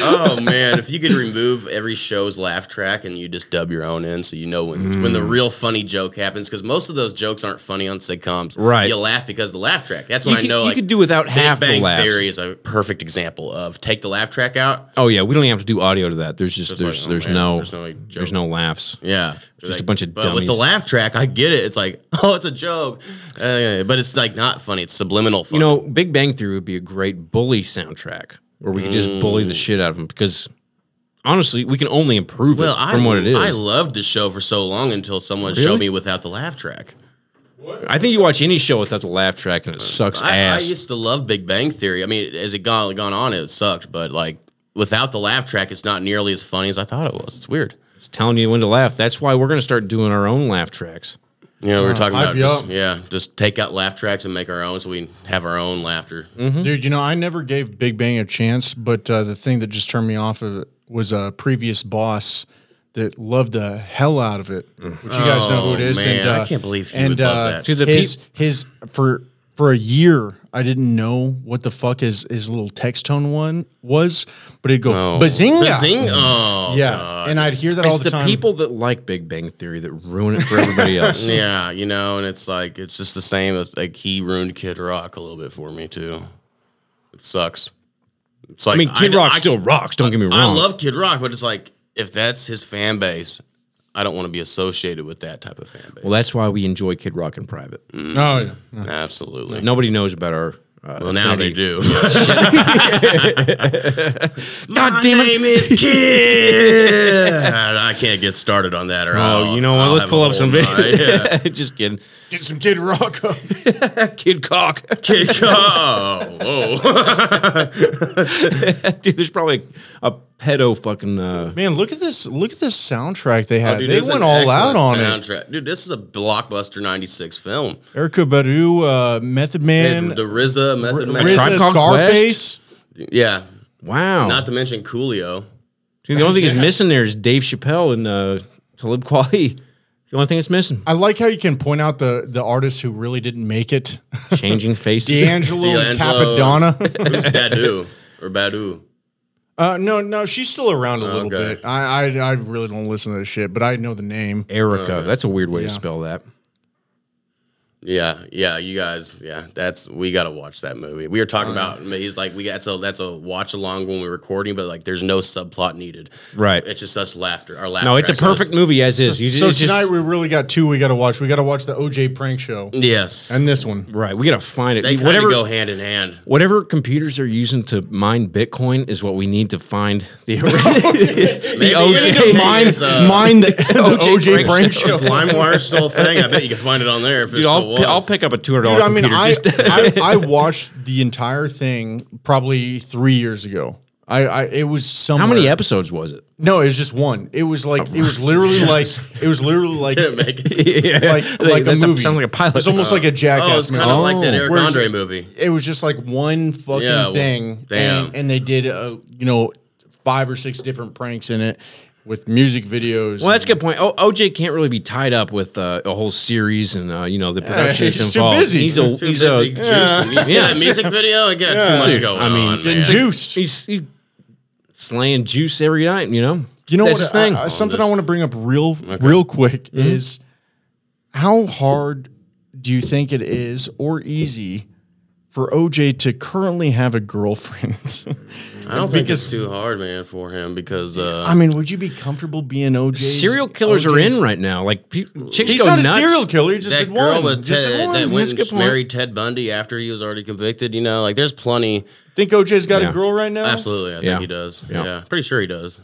[SPEAKER 2] oh man, if you could remove every show's laugh track and you just dub your own in, so you know when when the real funny joke happens, because most of those jokes aren't funny on sitcoms.
[SPEAKER 3] Right.
[SPEAKER 2] you laugh because of the laugh track. That's
[SPEAKER 3] You
[SPEAKER 2] when I
[SPEAKER 3] could-
[SPEAKER 2] know.
[SPEAKER 3] you
[SPEAKER 2] like,
[SPEAKER 3] could do without
[SPEAKER 2] Big
[SPEAKER 3] half the
[SPEAKER 2] Bang
[SPEAKER 3] laughs.
[SPEAKER 2] Theory is a perfect example of take the laugh track out.
[SPEAKER 3] oh yeah, we don't even have to do audio to that. There's just,
[SPEAKER 2] Just
[SPEAKER 3] there's
[SPEAKER 2] like, oh,
[SPEAKER 3] there's,
[SPEAKER 2] man,
[SPEAKER 3] no,
[SPEAKER 2] there's
[SPEAKER 3] there's
[SPEAKER 2] no, like,
[SPEAKER 3] no
[SPEAKER 2] joke.
[SPEAKER 3] laughs.
[SPEAKER 2] Yeah,
[SPEAKER 3] Just
[SPEAKER 2] Like,
[SPEAKER 3] a bunch of
[SPEAKER 2] But with the
[SPEAKER 3] dummies.
[SPEAKER 2] laugh track, I get it. It's like, [LAUGHS] oh, it's a joke, uh, but it's like not funny. It's subliminal. Funny.
[SPEAKER 3] You know, Big Bang Theory would be a great bully soundtrack where we could just bully the shit out of them because honestly, we can only improve
[SPEAKER 2] Well,
[SPEAKER 3] it
[SPEAKER 2] I,
[SPEAKER 3] from what it is.
[SPEAKER 2] I
[SPEAKER 3] I,
[SPEAKER 2] loved the show for so long until someone showed me without the laugh track.
[SPEAKER 3] think you watch any show without the laugh track and it sucks
[SPEAKER 2] I, I
[SPEAKER 3] ass.
[SPEAKER 2] used to love Big Bang Theory. I mean, as it gone gone on, it sucked, but like without the laugh track, it's not nearly as funny as I thought it was. It's weird.
[SPEAKER 3] It's telling you when to laugh. That's why we're going to start doing our own laugh tracks.
[SPEAKER 2] You know, we were talking
[SPEAKER 1] hype
[SPEAKER 2] about
[SPEAKER 1] you
[SPEAKER 2] just,
[SPEAKER 1] up.
[SPEAKER 2] yeah, just take out laugh tracks and make our own, so we can have our own laughter.
[SPEAKER 1] Dude, you know, I never gave Big Bang a chance, but uh, the thing that just turned me off of it was a previous boss that loved the hell out of it, which you guys know who it
[SPEAKER 2] Oh,
[SPEAKER 1] is.
[SPEAKER 2] man,
[SPEAKER 1] and,
[SPEAKER 2] I
[SPEAKER 1] uh,
[SPEAKER 2] can't believe you
[SPEAKER 1] and,
[SPEAKER 2] would love
[SPEAKER 1] uh,
[SPEAKER 2] that.
[SPEAKER 3] To the
[SPEAKER 1] his, his for for a year, I didn't know what the fuck his his little text tone one was, but it'd go bazinga,
[SPEAKER 2] Bazing- Oh,
[SPEAKER 1] yeah, and I'd hear that all
[SPEAKER 3] it's
[SPEAKER 1] the,
[SPEAKER 3] the
[SPEAKER 1] time.
[SPEAKER 3] people that like Big Bang Theory that ruin it for [LAUGHS] everybody else.
[SPEAKER 2] yeah, you know, and it's like it's just the same as like he ruined Kid Rock a little bit for me too. It sucks. It's like
[SPEAKER 3] I mean, Kid
[SPEAKER 2] d-
[SPEAKER 3] Rock
[SPEAKER 2] I-
[SPEAKER 3] still rocks. Don't get me wrong.
[SPEAKER 2] I love Kid Rock, but it's like if that's his fan base, I don't want to be associated with that type of fan base.
[SPEAKER 3] Well, that's why we enjoy Kid Rock in private.
[SPEAKER 1] Oh, yeah.
[SPEAKER 2] Absolutely.
[SPEAKER 3] Nobody knows about our. Uh,
[SPEAKER 2] Well, now they
[SPEAKER 3] affinity.
[SPEAKER 2] do.
[SPEAKER 3] [LAUGHS]
[SPEAKER 2] [LAUGHS]
[SPEAKER 3] God damn it! [LAUGHS]
[SPEAKER 2] is Kid. I can't get started on that. Or
[SPEAKER 3] Oh,
[SPEAKER 2] I'll-
[SPEAKER 3] you know what?
[SPEAKER 2] I'll
[SPEAKER 3] Let's
[SPEAKER 2] have
[SPEAKER 3] pull
[SPEAKER 2] a
[SPEAKER 3] up some
[SPEAKER 2] whole night. [LAUGHS]
[SPEAKER 3] videos.
[SPEAKER 2] Yeah.
[SPEAKER 3] [LAUGHS] Just kidding.
[SPEAKER 1] Get some Kid Rock. up.
[SPEAKER 3] Kid Cock. [LAUGHS]
[SPEAKER 2] Kid Oh, whoa.
[SPEAKER 3] Dude, there's probably a pedo fucking. Uh,
[SPEAKER 1] Man, look at this! Look at this soundtrack they had.
[SPEAKER 2] Oh, dude,
[SPEAKER 1] they
[SPEAKER 2] this is
[SPEAKER 1] went
[SPEAKER 2] an
[SPEAKER 1] all out on
[SPEAKER 2] excellent
[SPEAKER 1] it.
[SPEAKER 2] soundtrack. Dude, this is a blockbuster 96 film.
[SPEAKER 1] Erica Badu, uh, Method Man,
[SPEAKER 2] And the RZA, Method Man.
[SPEAKER 1] RZA,
[SPEAKER 3] Tribe Called
[SPEAKER 1] Scarface.
[SPEAKER 2] Yeah.
[SPEAKER 3] wow.
[SPEAKER 2] Not to mention Coolio.
[SPEAKER 3] Dude, the only thing that's missing there is Dave Chappelle and uh, Talib Kweli. [LAUGHS] The only thing
[SPEAKER 1] [LAUGHS]
[SPEAKER 3] that's missing.
[SPEAKER 1] I like how you can point out the the artists who really didn't make it.
[SPEAKER 3] Changing
[SPEAKER 1] [LAUGHS]
[SPEAKER 3] faces.
[SPEAKER 1] D'Angelo, and
[SPEAKER 2] D'Angelo.
[SPEAKER 1] Capadonna.
[SPEAKER 3] [LAUGHS]
[SPEAKER 2] Who's Badu? Or Badu?
[SPEAKER 1] uh, no, no, she's still around a little
[SPEAKER 2] Okay.
[SPEAKER 1] bit. I, I I really don't listen to this shit, but I know the name.
[SPEAKER 3] [LAUGHS] Erica. That's a weird way to
[SPEAKER 1] Yeah.
[SPEAKER 3] spell that.
[SPEAKER 2] Yeah, yeah, you guys, yeah, that's we gotta watch that movie. We were talking
[SPEAKER 3] Uh-huh.
[SPEAKER 2] about he's like we got so that's a watch along when we're recording, but like there's no subplot needed.
[SPEAKER 3] Right.
[SPEAKER 2] It's just us laughter. Our laughter.
[SPEAKER 3] No, it's a perfect movie as is. You
[SPEAKER 1] so
[SPEAKER 3] it's just,
[SPEAKER 1] tonight we really got two. We got to watch. We got to watch the OJ prank show
[SPEAKER 2] Yes, and
[SPEAKER 1] and this one.
[SPEAKER 3] right. We gotta find it.
[SPEAKER 2] they kind
[SPEAKER 3] whatever
[SPEAKER 2] of go hand in hand.
[SPEAKER 3] whatever computers are using to mine Bitcoin is what we need to find the,
[SPEAKER 2] Maybe
[SPEAKER 3] [LAUGHS] the [LAUGHS]
[SPEAKER 2] it's-
[SPEAKER 3] OJ.
[SPEAKER 1] Mine,
[SPEAKER 2] it's, uh,
[SPEAKER 1] mine,
[SPEAKER 3] [LAUGHS]
[SPEAKER 1] the, the
[SPEAKER 3] OJ
[SPEAKER 1] OJ,
[SPEAKER 3] prank
[SPEAKER 1] prank
[SPEAKER 2] Is
[SPEAKER 1] show.
[SPEAKER 2] LimeWire still a thing? I bet you can find it on there if it
[SPEAKER 3] [LAUGHS] Dude,
[SPEAKER 2] still
[SPEAKER 3] I'll,
[SPEAKER 2] was.
[SPEAKER 3] I'll pick up a two hundred
[SPEAKER 1] Dude,
[SPEAKER 3] dollar
[SPEAKER 1] I mean,
[SPEAKER 3] computer.
[SPEAKER 1] I,
[SPEAKER 3] just
[SPEAKER 1] [LAUGHS] I
[SPEAKER 3] [LAUGHS]
[SPEAKER 1] I watched the entire thing probably three years ago. I, I it was somewhere.
[SPEAKER 3] how many episodes was it?
[SPEAKER 1] No, it was just one. It was like it was
[SPEAKER 3] [LAUGHS]
[SPEAKER 1] literally like it was literally like
[SPEAKER 2] Didn't [LAUGHS] make it.
[SPEAKER 3] yeah,
[SPEAKER 1] like, like a
[SPEAKER 3] that's
[SPEAKER 1] movie.
[SPEAKER 3] sounds like a pilot.
[SPEAKER 1] It's almost like a
[SPEAKER 2] Oh, it's
[SPEAKER 1] jackass
[SPEAKER 2] kind
[SPEAKER 1] movie.
[SPEAKER 2] of like that Eric
[SPEAKER 1] Where's-
[SPEAKER 2] Andre movie.
[SPEAKER 1] It was just like one fucking
[SPEAKER 2] Yeah, well,
[SPEAKER 1] thing,
[SPEAKER 2] damn.
[SPEAKER 1] And, and they did uh, you know five or six different pranks in it with music videos.
[SPEAKER 3] well, that's a good point. O- OJ can't really be tied up with uh, a whole series and uh, you know the production
[SPEAKER 1] he's
[SPEAKER 3] is
[SPEAKER 1] too
[SPEAKER 3] involved.
[SPEAKER 1] busy.
[SPEAKER 3] He's a
[SPEAKER 2] Too
[SPEAKER 3] Oh, he's
[SPEAKER 2] busy
[SPEAKER 3] a
[SPEAKER 1] [LAUGHS]
[SPEAKER 2] juicing. You see
[SPEAKER 3] Yeah.
[SPEAKER 2] that
[SPEAKER 3] [LAUGHS]
[SPEAKER 2] music video? I got too much
[SPEAKER 3] Dude,
[SPEAKER 2] going
[SPEAKER 3] I mean,
[SPEAKER 2] on.
[SPEAKER 1] Getting
[SPEAKER 2] Man.
[SPEAKER 1] juiced.
[SPEAKER 3] he's, he's slaying juice every night. You know,
[SPEAKER 1] You know
[SPEAKER 3] that's
[SPEAKER 1] what?
[SPEAKER 3] his thing. Mm-hmm.
[SPEAKER 1] I- I- something I
[SPEAKER 2] Oh, this-
[SPEAKER 1] want to bring up real, real quick is how hard do you think it is or easy for OJ to currently have a girlfriend? [LAUGHS]
[SPEAKER 2] I don't think it's too hard, man, for him because uh,
[SPEAKER 1] I mean, would you be comfortable being OJ?
[SPEAKER 3] serial killers are in right now. Like pe- chicks
[SPEAKER 1] He's
[SPEAKER 3] go
[SPEAKER 1] not
[SPEAKER 3] nuts.
[SPEAKER 1] a serial killer. He just
[SPEAKER 2] that
[SPEAKER 1] did
[SPEAKER 2] girl
[SPEAKER 1] one.
[SPEAKER 2] with
[SPEAKER 1] Just did
[SPEAKER 2] Ted,
[SPEAKER 1] one.
[SPEAKER 2] that
[SPEAKER 1] That's
[SPEAKER 2] went
[SPEAKER 1] a
[SPEAKER 2] and
[SPEAKER 1] good point.
[SPEAKER 2] married Ted Bundy after he was already convicted. You know, like there's plenty.
[SPEAKER 1] Think OJ's got
[SPEAKER 3] Yeah.
[SPEAKER 1] a girl right now?
[SPEAKER 2] Absolutely, I think
[SPEAKER 3] Yeah.
[SPEAKER 2] he does.
[SPEAKER 3] Yeah.
[SPEAKER 2] Yeah. pretty sure he does.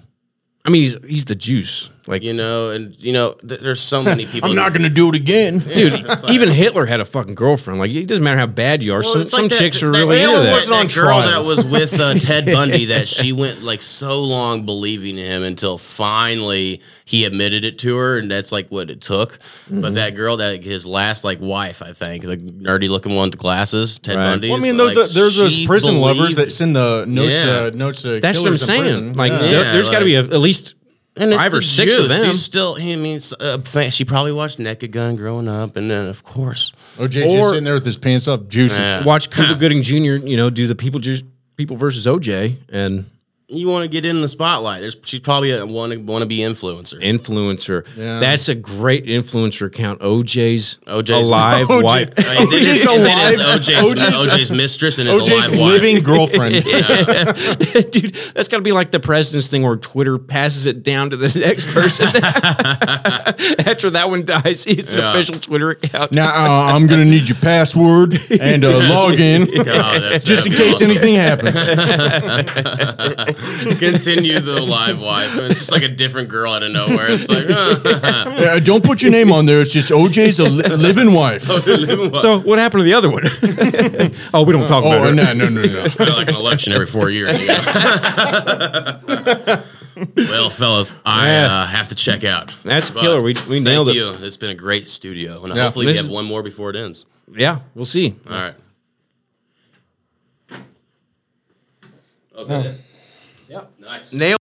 [SPEAKER 3] I mean, he's he's the juice. Like
[SPEAKER 2] You know, and you know, th- there's
[SPEAKER 1] [LAUGHS]
[SPEAKER 2] so many people.
[SPEAKER 1] I'm not going to do it
[SPEAKER 2] [LAUGHS]
[SPEAKER 1] again. [LAUGHS]
[SPEAKER 3] dude, even Hitler had a fucking girlfriend. Like it doesn't matter how bad you are.
[SPEAKER 2] Well,
[SPEAKER 3] some
[SPEAKER 2] it's like
[SPEAKER 3] some
[SPEAKER 2] that-
[SPEAKER 3] chicks are
[SPEAKER 2] that-
[SPEAKER 3] really
[SPEAKER 2] that
[SPEAKER 3] into that.
[SPEAKER 2] wasn't
[SPEAKER 1] on
[SPEAKER 2] that girl
[SPEAKER 1] trial.
[SPEAKER 2] that was with
[SPEAKER 3] [LAUGHS]
[SPEAKER 2] uh, Ted Bundy that she went like so long believing him until finally he admitted it to her, and that's like what it took.
[SPEAKER 3] Mm-hmm.
[SPEAKER 2] But that girl, that his last like wife, I think, the nerdy looking one with the glasses, Ted
[SPEAKER 3] Right.
[SPEAKER 2] Bundy.
[SPEAKER 1] Well, I mean,
[SPEAKER 2] like,
[SPEAKER 1] those, there's those
[SPEAKER 2] she
[SPEAKER 1] prison lovers
[SPEAKER 2] believed-
[SPEAKER 1] that send the notes.
[SPEAKER 2] Yeah.
[SPEAKER 1] Uh, notes to
[SPEAKER 3] That's what I'm
[SPEAKER 1] killers in
[SPEAKER 3] saying.
[SPEAKER 1] prison.
[SPEAKER 3] Like
[SPEAKER 1] Yeah.
[SPEAKER 3] there,
[SPEAKER 2] Yeah,
[SPEAKER 3] has got to
[SPEAKER 2] like-
[SPEAKER 3] be a, at least
[SPEAKER 2] and it's
[SPEAKER 3] five
[SPEAKER 2] the
[SPEAKER 3] or six of
[SPEAKER 2] juice.
[SPEAKER 3] them.
[SPEAKER 2] She's still, I mean, s- a fan- she probably watched Naked Gun growing up, and then of course, uh,
[SPEAKER 1] OJ's
[SPEAKER 3] Or-
[SPEAKER 1] just sitting there with his pants up, juicing.
[SPEAKER 2] Yeah.
[SPEAKER 3] Mm-hmm. watch Cuba Gooding Jr. You know, do the people ju- people versus OJ and
[SPEAKER 2] you want to get in the spotlight. There's she's probably a want to want to be influencer.
[SPEAKER 3] influencer.
[SPEAKER 1] Yeah.
[SPEAKER 3] That's a great influencer account. OJ's
[SPEAKER 2] OJ's
[SPEAKER 3] [LAUGHS] alive
[SPEAKER 1] OJ.
[SPEAKER 3] wife.
[SPEAKER 2] I mean, then
[SPEAKER 1] OJ's
[SPEAKER 2] it's- and then it's
[SPEAKER 1] alive.
[SPEAKER 2] OJ's,
[SPEAKER 1] OJ's
[SPEAKER 2] OJ's mistress and his
[SPEAKER 1] OJ's
[SPEAKER 2] alive wife.
[SPEAKER 1] living girlfriend.
[SPEAKER 3] [LAUGHS] Dude, that's got to be like the president's thing where Twitter passes it down to the [LAUGHS] next person. After that one dies, it's an
[SPEAKER 2] Yeah.
[SPEAKER 3] official Twitter account.
[SPEAKER 1] Now uh, I'm gonna need your password
[SPEAKER 2] [LAUGHS]
[SPEAKER 1] and uh, login
[SPEAKER 2] [LAUGHS] Oh,
[SPEAKER 1] [LAUGHS]
[SPEAKER 2] that's
[SPEAKER 1] just in
[SPEAKER 2] that'd be
[SPEAKER 1] case
[SPEAKER 2] awesome.
[SPEAKER 1] anything happens.
[SPEAKER 2] [LAUGHS] Continue the live wife. It's just like a different girl out of nowhere. It's like,
[SPEAKER 1] [LAUGHS]
[SPEAKER 2] uh,
[SPEAKER 1] Yeah, don't put your name on there. It's just OJ's a li- living
[SPEAKER 2] [LAUGHS]
[SPEAKER 1] wife.
[SPEAKER 3] So what happened to the other one? [LAUGHS] oh, we don't talk
[SPEAKER 1] Oh,
[SPEAKER 3] about it.
[SPEAKER 1] no, no, no, no.
[SPEAKER 2] Kinda like an election every four years.
[SPEAKER 1] [LAUGHS]
[SPEAKER 2] You know? well, fellas, I uh, have to check out.
[SPEAKER 3] That's
[SPEAKER 2] But
[SPEAKER 3] killer. We- we
[SPEAKER 2] thank
[SPEAKER 3] nailed it.
[SPEAKER 2] You. It's been a great studio, and
[SPEAKER 1] Yeah.
[SPEAKER 2] hopefully we
[SPEAKER 3] This
[SPEAKER 2] have
[SPEAKER 3] is-
[SPEAKER 2] one more before it ends.
[SPEAKER 3] Yeah, we'll see.
[SPEAKER 2] All right. Oh, is that it?
[SPEAKER 3] Yeah.
[SPEAKER 2] Nice.
[SPEAKER 3] Nailed.